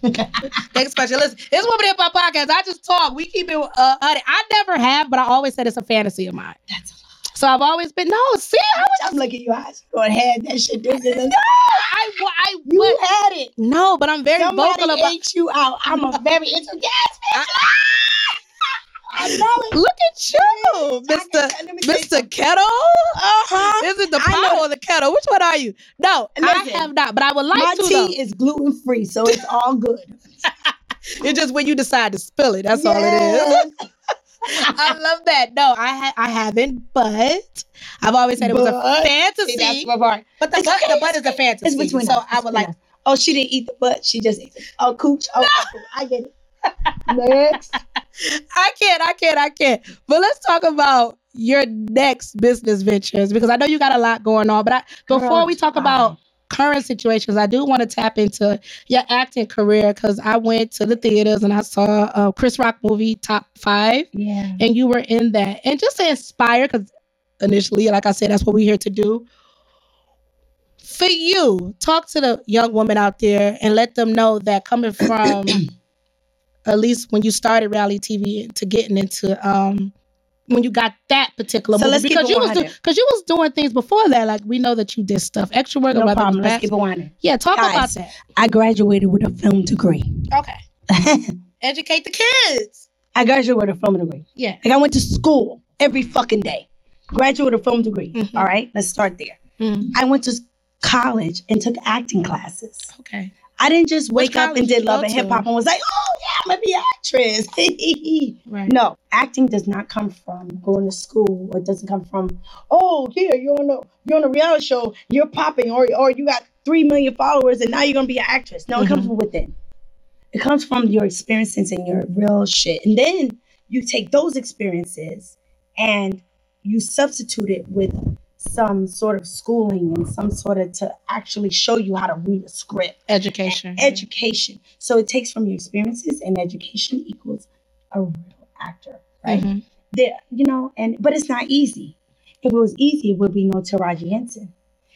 Next question. Listen, this woman in my podcast. I just talk. We keep it. Uh, honey. I never have, but I always said it's a fantasy of mine.
That's a
So I've always been no. See, I was
I'm looking at you eyes. You gonna have that shit. This is
I, wa- I
you
would-
had it.
no, but I'm very
Somebody
vocal about.
ate you out. I'm a very into yes, bitch. I know it.
Look at you, Mister
I can- let me tell you
Mister
something.
Kettle.
Uh-huh.
Is it the
I
pot
know-
or the kettle? Which one are you? No, I
Listen,
have not, but I would like
My
to.
tea
though.
is gluten free, so it's all good.
It's just when you decide to spill it. That's all it is. I love that. No, I ha- I haven't, but I've always said it was a
But-
fantasy.
See, that's my part.
but the
It's
butt,
okay,
the butt
it's
is a fantasy.
It's between
so
us.
I
It's
would
between
like.
us. Oh, she didn't eat the butt. She just ate. It. Oh, cooch. Oh, apple. I get it. Next.
I can't, I can't, I can't. But let's talk about your next business ventures because I know you got a lot going on. But I, before
Girl,
we talk
try.
about current situations, I do want to tap into your acting career because I went to the theaters and I saw a Chris Rock movie Top Five,
Yeah.
and you were in that. And just to inspire, because initially, like I said, that's what we're here to do. For you, talk to the young woman out there and let them know that coming from at least when you started reality TV to getting into um when you got that particular
So
movie
let's keep
because
it
you was doing
100.
because you was doing things before that like we know that you did stuff extra work or
No
whether it was
problem. Let's
back-
keep it one.
yeah talk about
Guys.
that
I graduated with a film degree.
okay educate the kids
I graduated with a film degree.
yeah
Like I went to school every fucking day. Graduate a film degree.
Mhm.
All right, let's start there.
Mm,
I went to college and took acting classes.
okay
I didn't just wake up
college
and
did
did
you
love
go
and
to?
hip hop and was like, oh yeah, I'm gonna be an actress.
right
no, acting does not come from going to school. It doesn't come from, oh yeah, you're on a you're on a reality show, you're popping, or or you got three million followers and now you're gonna be an actress. No, it comes from within. It comes from your experiences and your real shit. And then you take those experiences and you substitute it with some sort of schooling and some sort of to actually show you how to read a script
education
education. So it takes from your experiences, and education equals a real actor, right?
Mhm.
There, you know, and but it's not easy. If it was easy, it would be no Taraji Henson.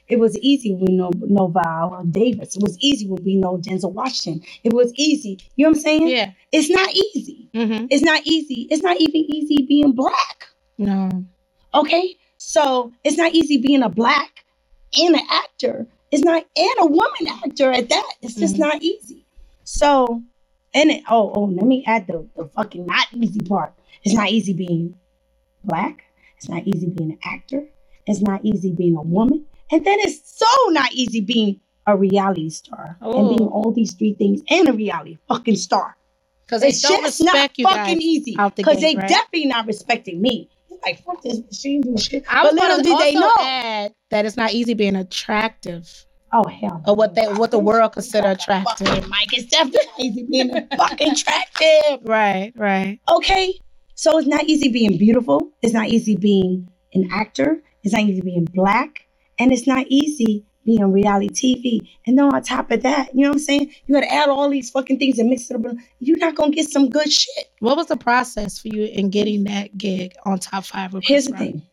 It was easy we know no Val or Davis. It was easy would be no Denzel Washington. It was easy. You know what I'm saying?
yeah
It's not easy.
mm-hmm.
It's not easy. It's not even easy being black.
no
Okay? So it's not easy being a black and an actor. It's not and a woman actor at that. It's just
Mhm.
not easy. So and it, oh oh let me add the, the fucking not easy part. It's not easy being black. It's not easy being an actor. It's not easy being a woman. And then it's so not easy being a reality star
Oh.
and being all these three things and a reality fucking star.
because they
It's
don't
just
respect you guys
fucking easy
out the
because
gate,
they
right?
definitely not respecting me. Like fuck this, she ain't doing shit.
I
but
was
little
gonna
did they
also
know.
add that it's not easy being attractive
oh hell,
or what they what the world consider attractive
Fucking Mike, it's definitely not easy being fucking attractive.
right right
Okay, so it's not easy being beautiful. It's not easy being an actor. It's not easy being black, and it's not easy being on reality TV. And then on top of that, you know what I'm saying? You got to add all these fucking things and mix it up. You're not gonna get some good shit.
What was the process for you in getting that gig on Top Five? With
Here's
Chris
the
Rock?
thing.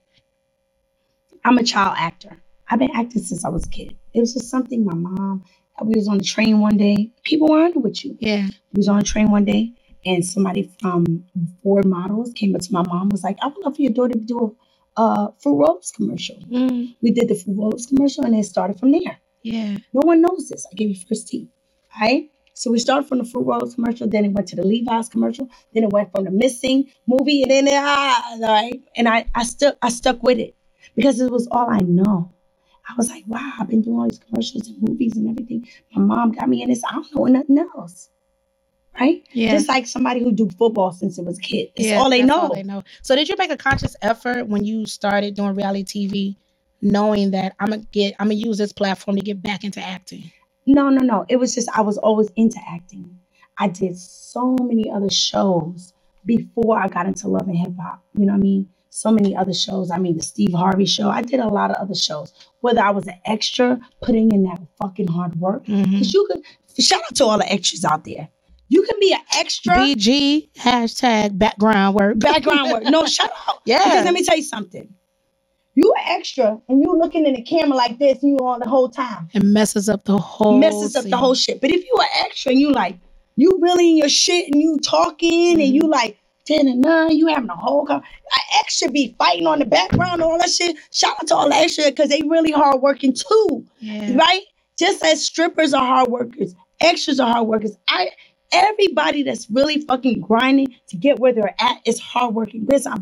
I'm a child actor. I've been acting since I was a kid. It was just something my mom. We was on the train one day. People were under with you.
Yeah.
We was on a train one day, and somebody from Ford Models came up to my mom. Was like, "I would love for your daughter to do a uh, Fruit Roads commercial."
Mm,
We did the Fruit Roads commercial, and it started from there.
yeah.
No one knows this. I gave you first tea. All right. So we started from the Fruit Roads commercial, then it went to the Levi's commercial, then it went from the missing movie, and then ah, all right. And I, I stuck I stuck with it because it was all I know. I was like, wow, I've been doing all these commercials and movies and everything. My mom got me in this. I don't know nothing else. Right?
Yeah.
Just like somebody who do football since it was a kid. It's
Yeah,
all they
that's
know.
they know. So did you make a conscious effort when you started doing reality TV, knowing that I'm gonna get, I'm gonna use this platform to get back into acting?
No, no, no. It was just I was always into acting. I did so many other shows before I got into love and hip hop. You know what I mean? So many other shows. I mean, the Steve Harvey show. I did a lot of other shows. Whether I was an extra, putting in that fucking hard work,
Mm-hmm.
because you could. Shout out to all the extras out there. You can be an extra.
BG hashtag background work.
background work. No, shut up.
Yeah.
Because let me tell you something. You an extra, and you looking in the camera like this, and you on the whole time
It messes up the whole.
messes up
scene.
the whole shit. But if you an extra and you like, you really in your shit and you talking and you like ten and nine, you having a whole con- an extra be fighting on the background and all that shit. Shout out to all the extra because they really hard working too,
Yeah.
right? Just as strippers are hard workers, extras are hard workers. I everybody that's really fucking grinding to get where they're at is hard working. Because I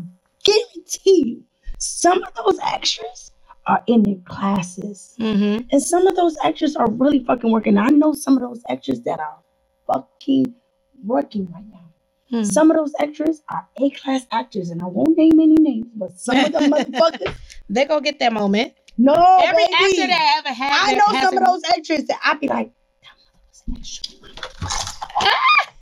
guarantee you, some of those extras are in their classes.
Mm-hmm.
And some of those extras are really fucking working. I know some of those extras that are fucking working right now.
Hmm.
Some of those extras are A class actors, and I won't name any names, but some of them motherfuckers.
They gonna get that moment.
No,
Every
Oh, baby.
actor that ever had,
I
that
know
has
some of
a-
those extras that I be like, "Them motherfuckers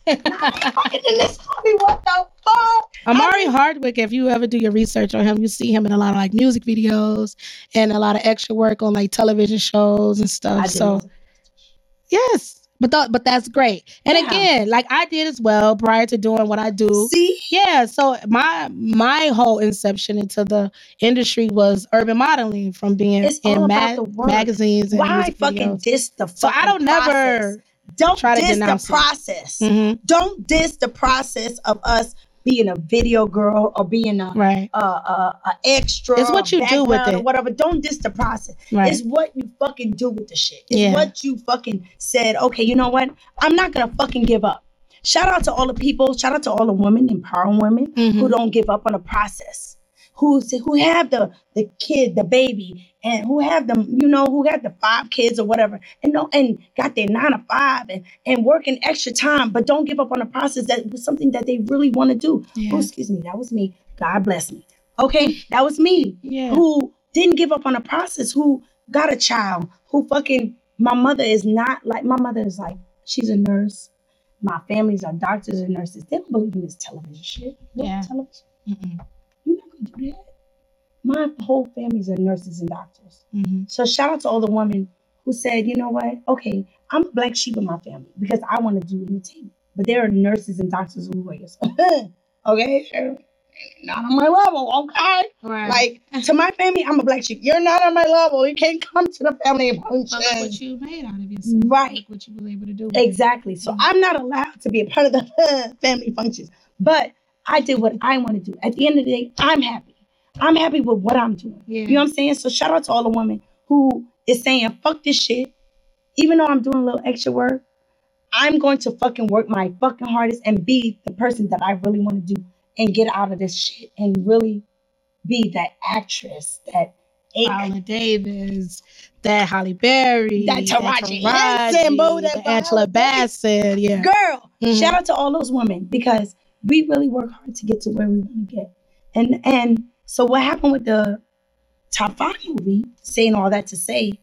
extra." fucking in this movie, what the fuck? Oh.
Amari Hardwick, if you ever do your research on him, you see him in a lot of like music videos and a lot of extra work on like television shows and
I
stuff.
didn't
So yes, but th- but that's great. And
Yeah.
again, like I did as well prior to doing what I do.
see.
Yeah, so my my whole inception into the industry was urban modeling from being
It's all
in
about
ma-
the work.
magazines and
Why
music
fucking
videos.
diss the fucking
So I don't
process.
never
don't
try to
diss the
denounce it.
process.
Mhm,
don't diss the process of us being a video girl or being a
right
a, a, a extra.
It's what you do with
background or
it.
whatever. Don't diss the process.
right.
It's what you fucking do with the shit. It's
Yeah.
what you fucking said. Okay, you know what? I'm not gonna fucking give up. Shout out to all the people. Shout out to all the women, empowering women who
Mhm.
don't give up on the process. Who who have the the kid, the baby, and who have the you know who have the five kids or whatever, and no and got their nine to five and and working extra time, but don't give up on the process. That was something that they really want to do.
Yeah.
Oh, excuse me, that was me. God bless me. Okay, that was me
Yeah.
who didn't give up on the process, who got a child, who fucking my mother is not like my mother is like she's a nurse. My families are doctors and nurses. They don't believe in this television shit. Look,
Yeah.
television.
Mhm,
You're not gonna do that. My whole families are nurses and doctors.
mhm.
So shout out to all the women who said, you know what? Okay, I'm a black sheep in my family because I want to do entertainment. But there are nurses and doctors who are just, okay, not on my level, okay?
Right.
Like to my family, I'm a black sheep. You're not on my level. You can't come to the family
But look what
function.
you made out of yourself.
um, Right.
Look what you was able to do. with it.
Exactly. So I'm not allowed to be a part of the family functions. But I did what I want to do. At the end of the day, I'm happy. I'm happy with what I'm doing.
Yeah.
You know what I'm saying? So shout out to all the women who is saying, fuck this shit. Even though I'm doing a little extra work, I'm going to fucking work my fucking hardest and be the person that I really want to do and get out of this shit and really be that actress, that A
Viola Davis, that Holly Berry,
That Taraji
Taraji,
Henson, boo, that
that
Viola
Angela Bassett. Yeah.
girl.
Mhm.
Shout out to all those women because we really work hard to get to where we want to get. And and so what happened with the top five movie? Saying all that to say,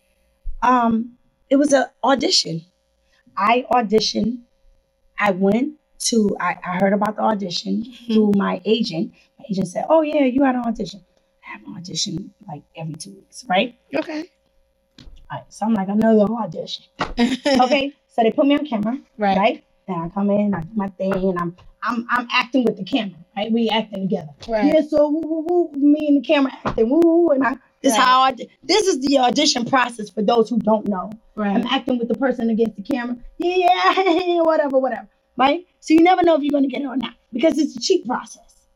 um, it was an audition. I auditioned. I went to. I, I heard about the audition through my agent. My agent said, "Oh yeah, you had an audition." I have an audition like every two weeks, right?
Okay.
All right. So I'm like another audition. Okay. so they put me on camera
Right.
right? And I come in, I do my thing, and I'm I'm I'm acting with the camera, right? We acting together.
Right.
Yeah, so woo, woo, woo, me and the camera acting, woo, woo, woo, and I this
Right.
how I d- this is the audition process for those who don't know. I'm
Right.
acting with the person against the camera. Yeah, yeah, whatever, whatever. Right? So you never know if you're gonna get it or not because it's a cheap process.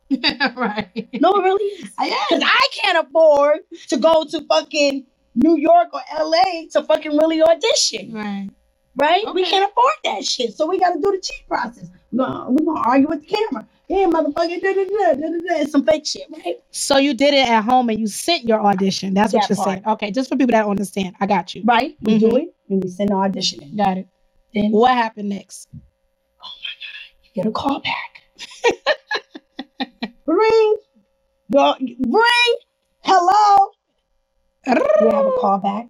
right.
No, it really is. Because I can't afford to go to fucking New York or LA to fucking really audition
Right.
right? We
Okay.
can't afford that shit, so we got to do the cheap process. No, we're gonna argue with the camera. Yeah, motherfucker, da, da, da, da, da, da. It's some fake shit, right?
So you did it at home and you sent your audition. That's what
That
you're
part.
saying. Okay, just for people that don't understand. I got you.
Right? We do
Mhm.
it and we send the audition in.
Got it.
Then
What happened next?
get a call back. ring, Go- ring, hello. We have a call back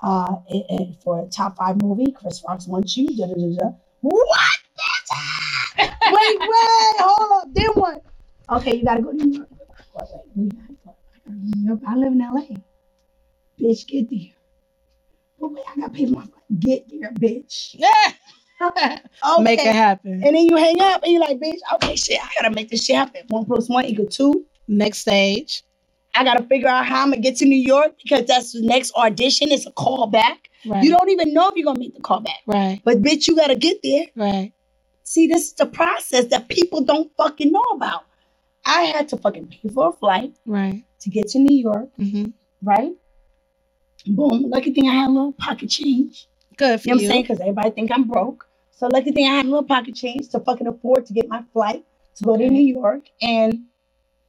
uh, and- and for a top five movie. Chris Rock wants you. Da, da, da, da. What? the time? wait, wait, hold up. Then what? Okay, you gotta go to New York. Wait, wait, we gotta go to New York. I live in LA. Bitch, get there. But wait, I gotta pay my get there, bitch.
Yeah. Make it happen.
And then you hang up and you're like, bitch, okay, shit, I gotta make this shit happen. One plus one equal two.
Next stage.
I gotta figure out how I'm gonna get to New York because that's the next audition. It's a callback.
Right.
You don't even know if you're gonna make the callback.
Right.
But bitch, you gotta get there.
Right.
See, this is the process that people don't fucking know about. I had to fucking pay for a flight
Right.
to get to New York,
hmm
right? Boom. Lucky thing I had a little pocket change.
Good for
You know what I'm saying? Because everybody think I'm broke. So lucky thing I had a little pocket change to fucking afford to get my flight to go to
Okay.
New York. And,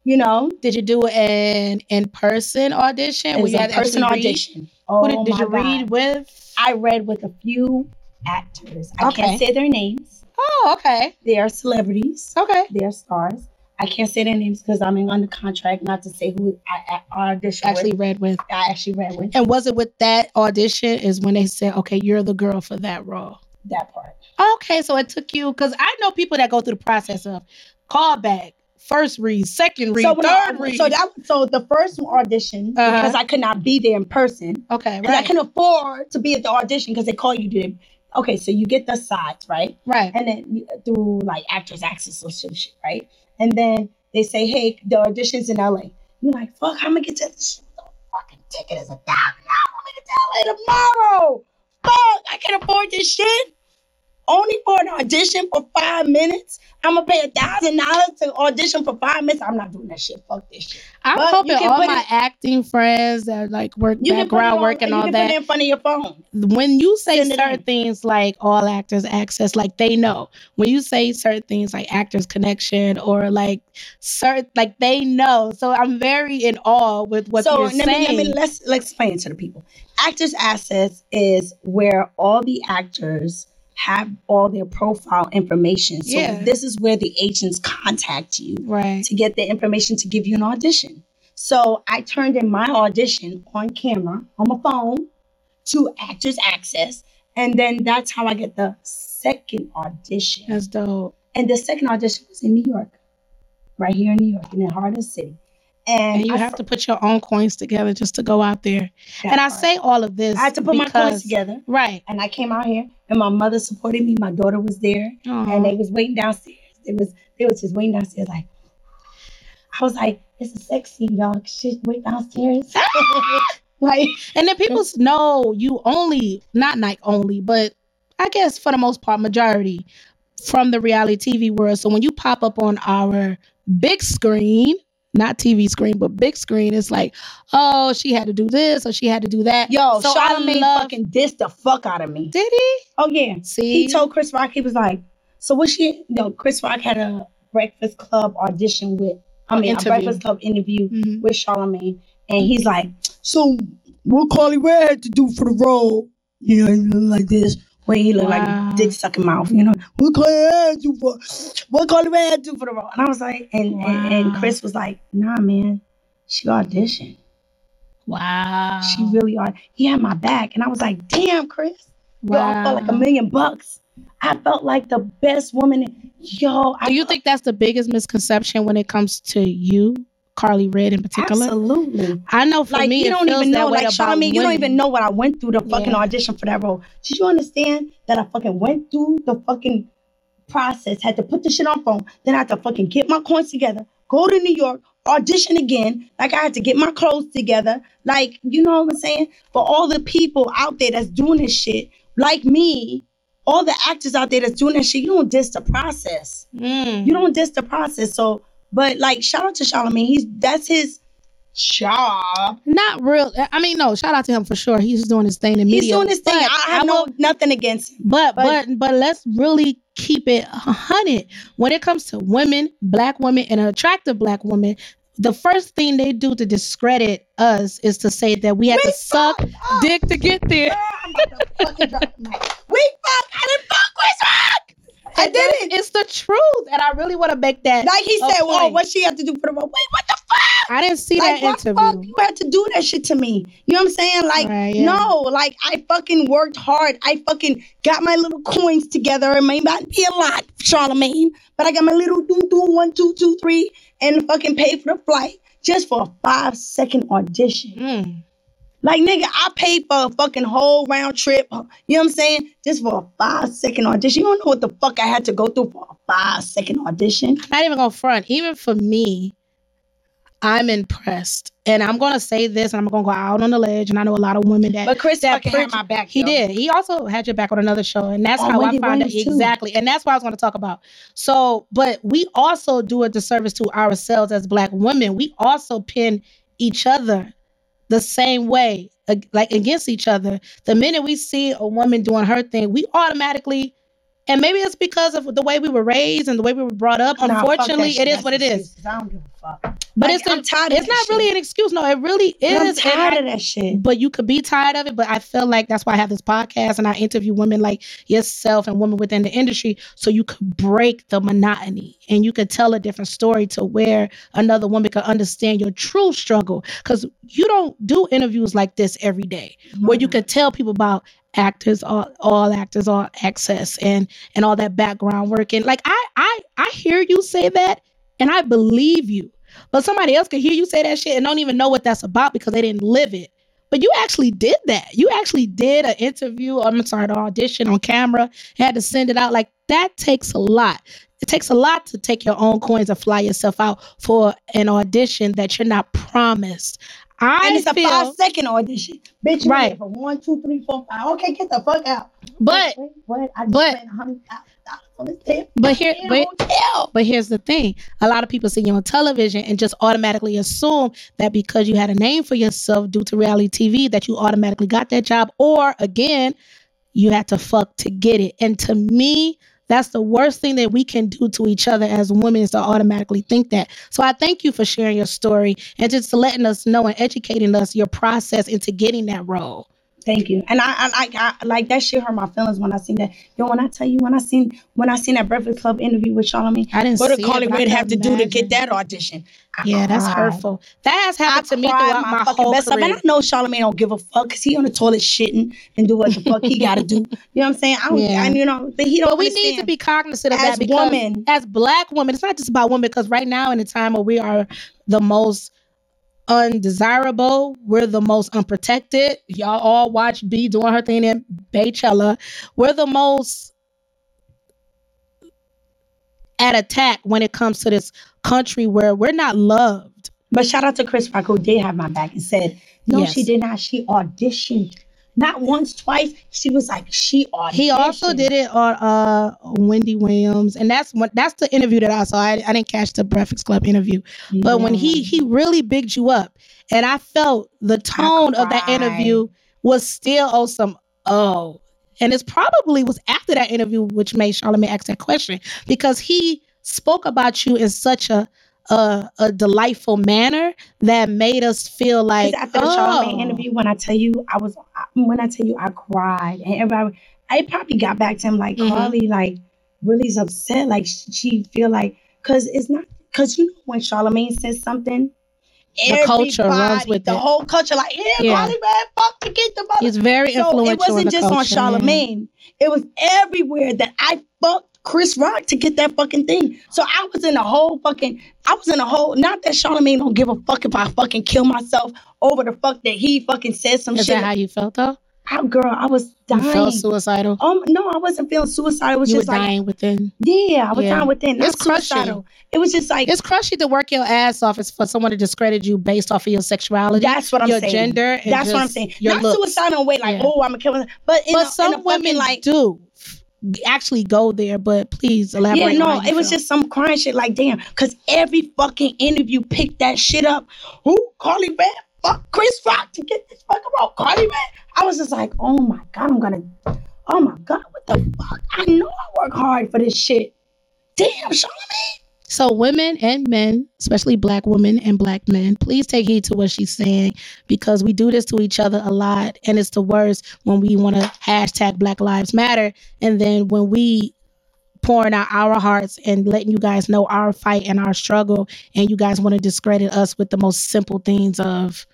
you know,
Did you do an in-person audition?
it was
you
a
to actually
person
read?
audition.
Who
Oh,
did, did
my
you read
God.
with?
I read with a few actors. I
Okay.
can't say their names.
Oh, okay.
They are celebrities.
Okay.
They're stars. I can't say their names because I'm in under contract not to say who I, I auditioned
Actually
with.
read with.
I actually ran with
And was it with that audition is when they said, okay, you're the girl for that role?
that part.
Okay, so it took you because I know people that go through the process of callback, first read, second read,
so, when I-
third read.
so that so the first audition
Uh-huh.
because I could not be there in person
okay,
and I
right,
can afford to be at the audition because they call you to. Okay, so you get the sides right,
right,
and then you- through like Actors Access or some shit, right? And then they say, hey, the audition's in LA. You're like, fuck, I'm gonna get to this. The fucking ticket is a thousand. I'm gonna get to LA tomorrow. Fuck, I can afford this shit. Only for an audition for five minutes. I'm gonna pay a thousand dollars to audition for five minutes. I'm not doing that shit. Fuck this shit.
I'm
but
hoping
you can
all
put
my
it-
acting friends that like work
You can put it
background
on-
work and
you
all
can
that.
Put it in front of your phone.
when you say
Send it
certain
in.
things like all actors access, like they know. When you say certain things like actors connection or like certain like they know. So I'm very in awe with what
so
you're
let
saying.
me let me let's let's explain to the people. Actors Access is where all the actors have all their profile information. So
Yeah.
this is where the agents contact you
right.
to get the information to give you an audition. So I turned in my audition on camera on my phone to Actors Access, and then that's how I get the second audition.
That's dope.
And the second audition was in New York, right here in New York, in the heart of the city. And,
And you
Um, I
have to put your own coins together just to go out there.
that
and I
part.
say all of this.
I had to put my
because-
coins together,
Right.
and I came out here, and my mother supported me. My daughter was there,
Aw.
and they was waiting downstairs. They was they was just waiting downstairs. Like I was like, "It's a sex scene, y'all. Shit, wait downstairs." like
And then people s- know you only, not like only, but I guess for the most part, majority from the reality TV world. So when you pop up on our big screen, not TV screen, but big screen, it's like, oh, she had to do this or she had to do that.
yo,
so I
Charlamagne
love-
fucking dissed the fuck out of me.
Did he?
Oh yeah,
See?
he told Chris Rock he was like, "So what she?" No, Chris Rock had a Breakfast Club audition with. I
Oh,
mean,
interview.
a Breakfast Club interview
Mhm.
with Charlamagne, and he's like, "So what Carly Red had to do for the role? Yeah, he look like this. Wait, he look
Wow.
like a dick sucking mouth. You know what Carly Red had to do for? What Carly Red had to do for the role?" And I was like, and and, and
Wow.
Chris was like, "Nah, man, she auditioned.
Wow.
She really are. He had my back, and I was like, damn, Chris." Yo, I felt like a
Wow.
million bucks. I felt like the best woman. Yo, I
Do you
felt-
think that's the biggest misconception when it comes to you, Carly Red in particular?
absolutely.
I know for
Like
me,
you
it
don't
feels
even
that
know,
way about
like Charmaine, you don't
women.
even know what I went through to fucking
Yeah.
audition for that role. Did you understand that I fucking went through the fucking process? Had to put the shit on phone, then I had to fucking get my coins together, go to New York, audition again. Like I had to get my clothes together. Like you know what I'm saying? For all the people out there that's doing this shit, like me, all the actors out there that's doing that shit, you don't diss the process.
Mm.
You don't diss the process. So, but like, shout out to Charlamagne. He's that's his job.
Not real. I mean, no. Shout out to him for sure. He's doing his thing in media.
He's doing his thing.
but
I have
will-
no nothing against him.
But but
But-
but let's really keep it a hundred when it comes to women, black women, and attractive black women. The first thing they do to discredit us is to say that we had to suck
fucked up.
dick to get there.
Girl, I'm about to fucking drop the mic. We fuck. I didn't fuck with Rock. I
And that-
didn't.
It's the truth, and I really want to make that.
Like he
a
said, oh,
point.
what she have to do for the vote? Wait, what the fuck?
I didn't see
Like,
that
what fuck?
interview.
You had to do that shit to me. You know what I'm saying? Like,
Right, yeah.
no, like I fucking worked hard. I fucking got my little coins together. It may not be a lot, Charlemagne, but I got my little doo doo one, two, two, three, and fucking paid for the flight just for a five second audition.
Mm.
Like nigga, I paid for a fucking whole round trip. You know what I'm saying? Just for a five second audition. You don't know what the fuck I had to go through for a five second audition.
not even gonna front. Even for me, I'm impressed, and I'm gonna say this, and I'm gonna go out on the ledge. And I know a lot of women that
But Chris
that
fucking had
preach-
my back,
He
yo.
did. He also had your back on another show, and that's
On
how I
Wendy
found out
Williams, too.
exactly. And that's what I was going to talk about. So, but we also do a disservice to ourselves as Black women. We also pin each other the same way, ag- like against each other. The minute we see a woman doing her thing, we automatically. And maybe it's because of the way we were raised and the way we were brought up.
Nah, fuck that
Unfortunately, it
shit.
is
That's
what it is.
excuses. I don't give a fuck.
But
Like,
it's
I'm tired of
It's
that
not really
shit.
an excuse. No, it really is.
I'm
And
tired
I-
of that shit.
but you could be tired of it. But I feel like that's why I have this podcast and I interview women like yourself and women within the industry so you could break the monotony and you could tell a different story to where another woman could understand your true struggle. Because you don't do interviews like this every day where
Mm-hmm.
you could tell people about actors all, all actors all access and and all that background work and like i i i hear you say that and i believe you but somebody else could hear you say that shit and don't even know what that's about because they didn't live it but you actually did that you actually did an interview i'm sorry the audition on camera had to send it out like that takes a lot it takes a lot to take your own coins and fly yourself out for an audition that you're not promised i
and it's
feel
a five second audition. Bitch, you
Right.
right. for one, two, three, four, five. Okay, get the fuck out.
but
Wait, what? I just
but-
spent $100,000 on this tip.
but here
Damn,
but,
damn.
But here's the thing a lot of people see you on television and just automatically assume that because you had a name for yourself due to reality TV, that you automatically got that job. Or again, you had to fuck to get it. And to me, that's the worst thing that we can do to each other as women is to automatically think that. So I thank you for sharing your story and just letting us know and educating us your process into getting that role.
Thank you. And I, I like I like that shit hurt my feelings when I seen that. Yo, when I tell you when I seen when I seen that Breakfast Club interview with Charlamagne,
I didn't
what a
see it,
Carly
but I
would
can
have to do to
imagine.
get that audition. I
Yeah, that's
cried.
hurtful. That has happened to me
cried
throughout my,
fucking
whole
best life.
career.
And I know Charlamagne don't give a fuck because he on the toilet shitting and do what the fuck he gotta do. You know what I'm saying? I don't,
Yeah.
and you know, but he don't.
But we need to
understand.
be cognizant of
As
that because
women.
as black women, it's not just about women because right now in a time where we are the most undesirable, we're the most unprotected. Y'all all watch B doing her thing in Baychella. We're the most at attack when it comes to this country where we're not loved.
But shout out to Chris Rock who did have my back and said, No,
Yes.
she did not. She auditioned. Not once, twice. She was like, she auditioned.
He also did it on uh, Wendy Williams, and that's what that's the interview that I saw. I, I didn't catch the Breakfast Club interview, but when he
Mm.
he really bigged you up, and I felt the tone of that
cried.
interview was still on some oh, and it's probably was after that interview which made Charlamagne ask that question because he spoke about you in such a a, a delightful manner that made us feel like
Because after the
oh,
Charlamagne interview, when I tell you, I was I- when I tell you, I cried, and everybody, I probably got back to him like
Mhm.
Carly, like really is upset, like sh- she feel like because it's not because you know when Charlamagne says something,
The culture runs
everybody-
with
the
it.
whole culture, like yeah,
Yeah.
Carly, man, fuck to get the mother.
He's very
So
influential.
it wasn't
in the
just on
culture, yeah.
Charlemagne. It was everywhere that I fucked Chris Rock to get that fucking thing. So I was in a whole fucking. I was in a whole. Not that Charlemagne don't give a fuck if I fucking kill myself over the fuck that he fucking said some
Is
shit.
that how you felt though?
I, girl, I was
You
dying.
felt suicidal.
um, no, I wasn't feeling suicidal. It was
you were
just like,
dying within.
yeah, I was
Yeah.
dying within. Not
It's crushing.
suicidal. It was just like
It's crushing to work your ass off is for someone to discredit you based off of your sexuality.
that's what I'm
your
saying.
gender. And
That's what I'm
just
saying.
Your
Not
looks.
suicidal in a way like,
Yeah.
oh, I'm gonna kill myself. But in
but
a, in a
some
fucking,
women
like
do. actually go there, but please elaborate.
Yeah,
on
no,
how you
it was
feel.
just some crying shit. Like, damn, because every fucking interview picked that shit up. Who? Carly Rae? Fuck Chris Rock to get this fuck about Carly Rae? I was just like, oh my god, I'm gonna, oh my god, what the fuck? I know I work hard for this shit. Damn, Charlamagne.
So, women and men, especially black women and black men, please take heed to what she's saying because we do this to each other a lot. And it's the worst when we want to hashtag Black Lives Matter. And then when we pouring out our hearts and letting you guys know our fight and our struggle, and you guys want to discredit us with the most simple things of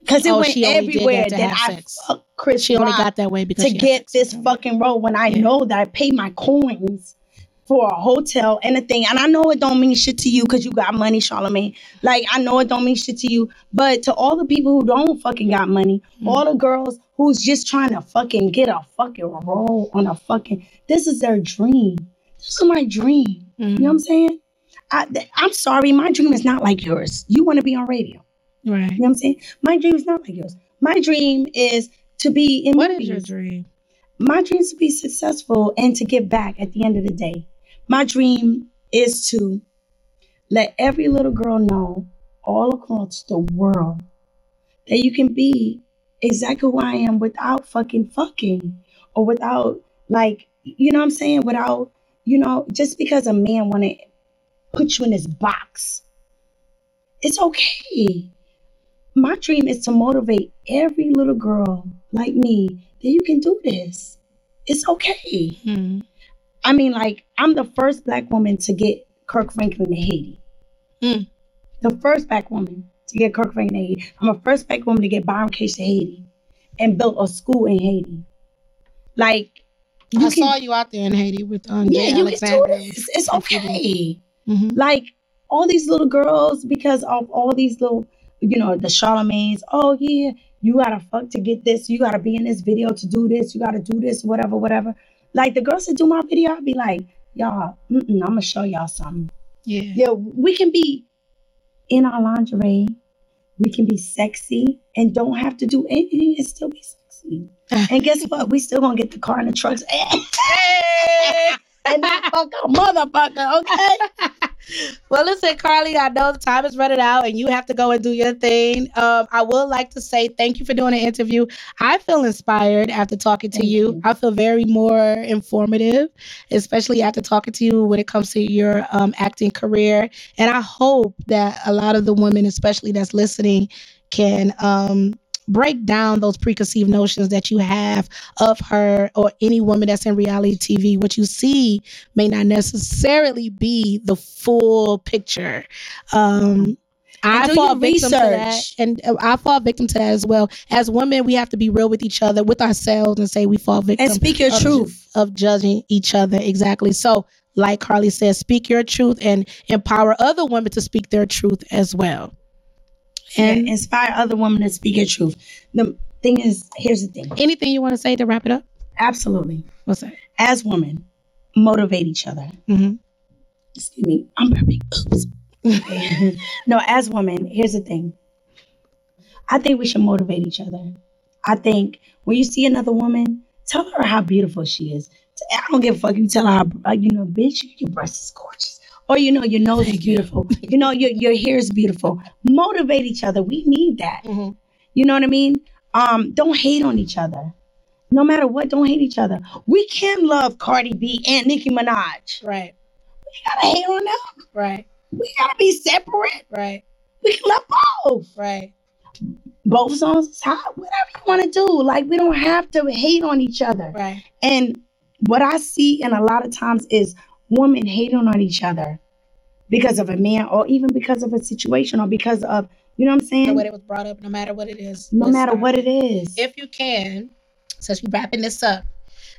Because it
Oh,
went
she only did that
everywhere
to
that,
have
I
sex.
fucked Chris
she only
Rock.
got that way because
to
she-
get this fucking role when I know that I pay my coins for a hotel and a thing. And I know it don't mean shit to you because you got money, Charlamagne. Like I know it don't mean shit to you, but to all the people who don't fucking got money,
Mm.
all the girls who's just trying to fucking get a fucking role on a fucking this is their dream. This is my dream. You
Mm-hmm.
know what I'm saying? I, th- I'm sorry, my dream is not like yours. You want to be on radio.
right.
You know what I'm saying? My dream is not like yours. My dream is to be in
What is
movies.
your dream?
My dream is to be successful and to give back at the end of the day. My dream is to let every little girl know all across the world that you can be exactly who I am without fucking fucking or without like you know what I'm saying without you know just because a man want to put you in his box it's okay my dream is to motivate every little girl like me that you can do this. It's okay.
Mm.
I mean, like, I'm the first black woman to get Kirk Franklin to Haiti.
Mm.
The first black woman to get Kirk Franklin to Haiti. I'm the first black woman to get Byron Case to Haiti and built a school in Haiti. Like, you
I
can,
saw you out there in Haiti with um,
yeah,
Jay
you can do
Alexander.
this. It's okay
Mhm.
like all these little girls because of all these little you know the charlemagne's oh yeah you gotta fuck to get this you gotta be in this video to do this you gotta do this whatever whatever like the girls that do my video i'd be like y'all mm-mm, i'm gonna show y'all something
Yeah.
yeah we can be in our lingerie we can be sexy and don't have to do anything and still be sexy and guess what we still gonna get the car and the trucks and that fucker motherfucker okay
well, listen, Carly, I know the time is running out and you have to go and do your thing. Um, I would like to say thank you for doing the interview. I feel inspired after talking to
Thank
you.
you.
I feel very more informative, especially after talking to you when it comes to your um, acting career. And I hope that a lot of the women, especially that's listening, can um, break down those preconceived notions that you have of her or any woman that's in reality TV. What you see may not necessarily be the full picture. Um, I
do
fall
your
victim to that,
research.
and uh, I fall victim to that as well. As women, we have to be real with each other, with ourselves, and say we fall victim
and speak your
of-
truth
of judging each other. Exactly. So, like Carly says, speak your truth and empower other women to speak their truth as well.
and
And
inspire other women to speak your truth. The thing is, here's the thing.
anything you want to say to wrap it up?
Absolutely.
What's that?
As women, motivate each other.
Mhm.
Excuse me. I'm burping. Oops. Okay. no, as women, here's the thing. I think we should motivate each other. I think when you see another woman, tell her how beautiful she is. I don't give a fuck. You tell her, how, uh, you know, bitch, your breasts is gorgeous. Or, you know, your nose is beautiful. You know, your, your hair is beautiful. Motivate each other. We need that.
Mhm.
You know what I mean? Um, don't hate on each other. No matter what, don't hate each other. We can love Cardi B and Nicki Minaj.
Right.
We gotta hate on them.
Right.
We gotta be separate.
Right.
We can love both.
Right.
Both songs is hot. Whatever you wanna do. Like we don't have to hate on each other.
Right.
And what I see and a lot of times is women hating on each other because of a man or even because of a situation or because of you know what I'm
No
saying?
matter was brought up, no matter what it is.
No
let's
matter
start.
what it is.
If you can, since we're wrapping this up,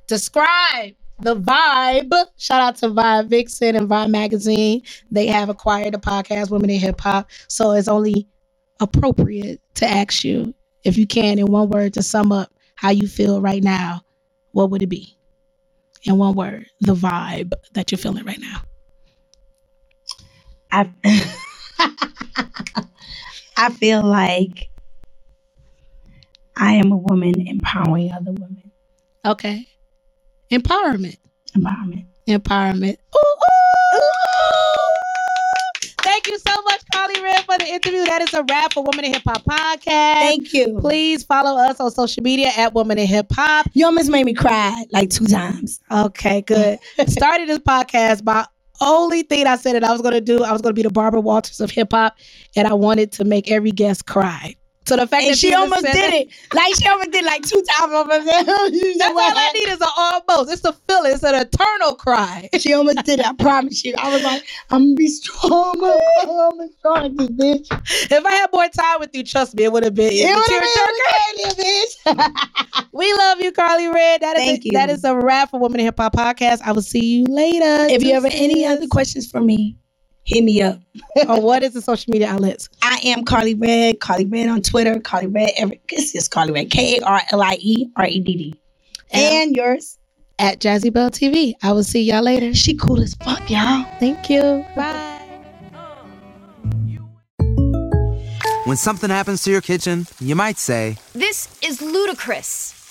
describe the vibe. Shout out to Vibe Vixen and Vibe Magazine. They have acquired the podcast Women in Hip Hop. So it's only appropriate to ask you, if you can, in one word to sum up how you feel right now, what would it be? In one word, the vibe that you're feeling right now.
I I feel like I am a woman empowering other women.
Okay. Empowerment.
Environment.
Empowerment. Ooh, ooh, ooh. Thank you so much, Carly Red, for the interview. That is a wrap for Woman in Hip Hop Podcast.
Thank you.
Please follow us on social media at Woman in Hip Hop.
You almost made me cry like two times.
Okay, good. Started this podcast by only thing I said that I was going to do, I was going to be the Barbara Walters of hip hop, and I wanted to make every guest cry. So the fact
And
that
she
you even
almost
said
did
that-
it. Like she almost did like two times. Almost.
That's all I need is an almost. It's a feeling. It's an eternal cry.
She almost did it. I promise you. I was like, I'm gonna be strong. I'm gonna be strong as this bitch.
If I had more time with you, trust me, it would have been. a
It would've been
tearjerker. We love you, Carly Red. That is
Thank
a,
you.
That is a wrap for Women in Hip Hop Podcast. I will see you later.
If you have
Deuces.
any other questions for me, hit me up.
or what is the social media outlets?
I am Carly Red. Carly Red on Twitter. Carly Red. Every, it's just Carly Red. K A R L I E R E D D. And yours.
At Jazzy Bell TV. I will see y'all later.
She cool as fuck, y'all.
Thank you. Bye.
When something happens to your kitchen, you might say,
This is ludicrous.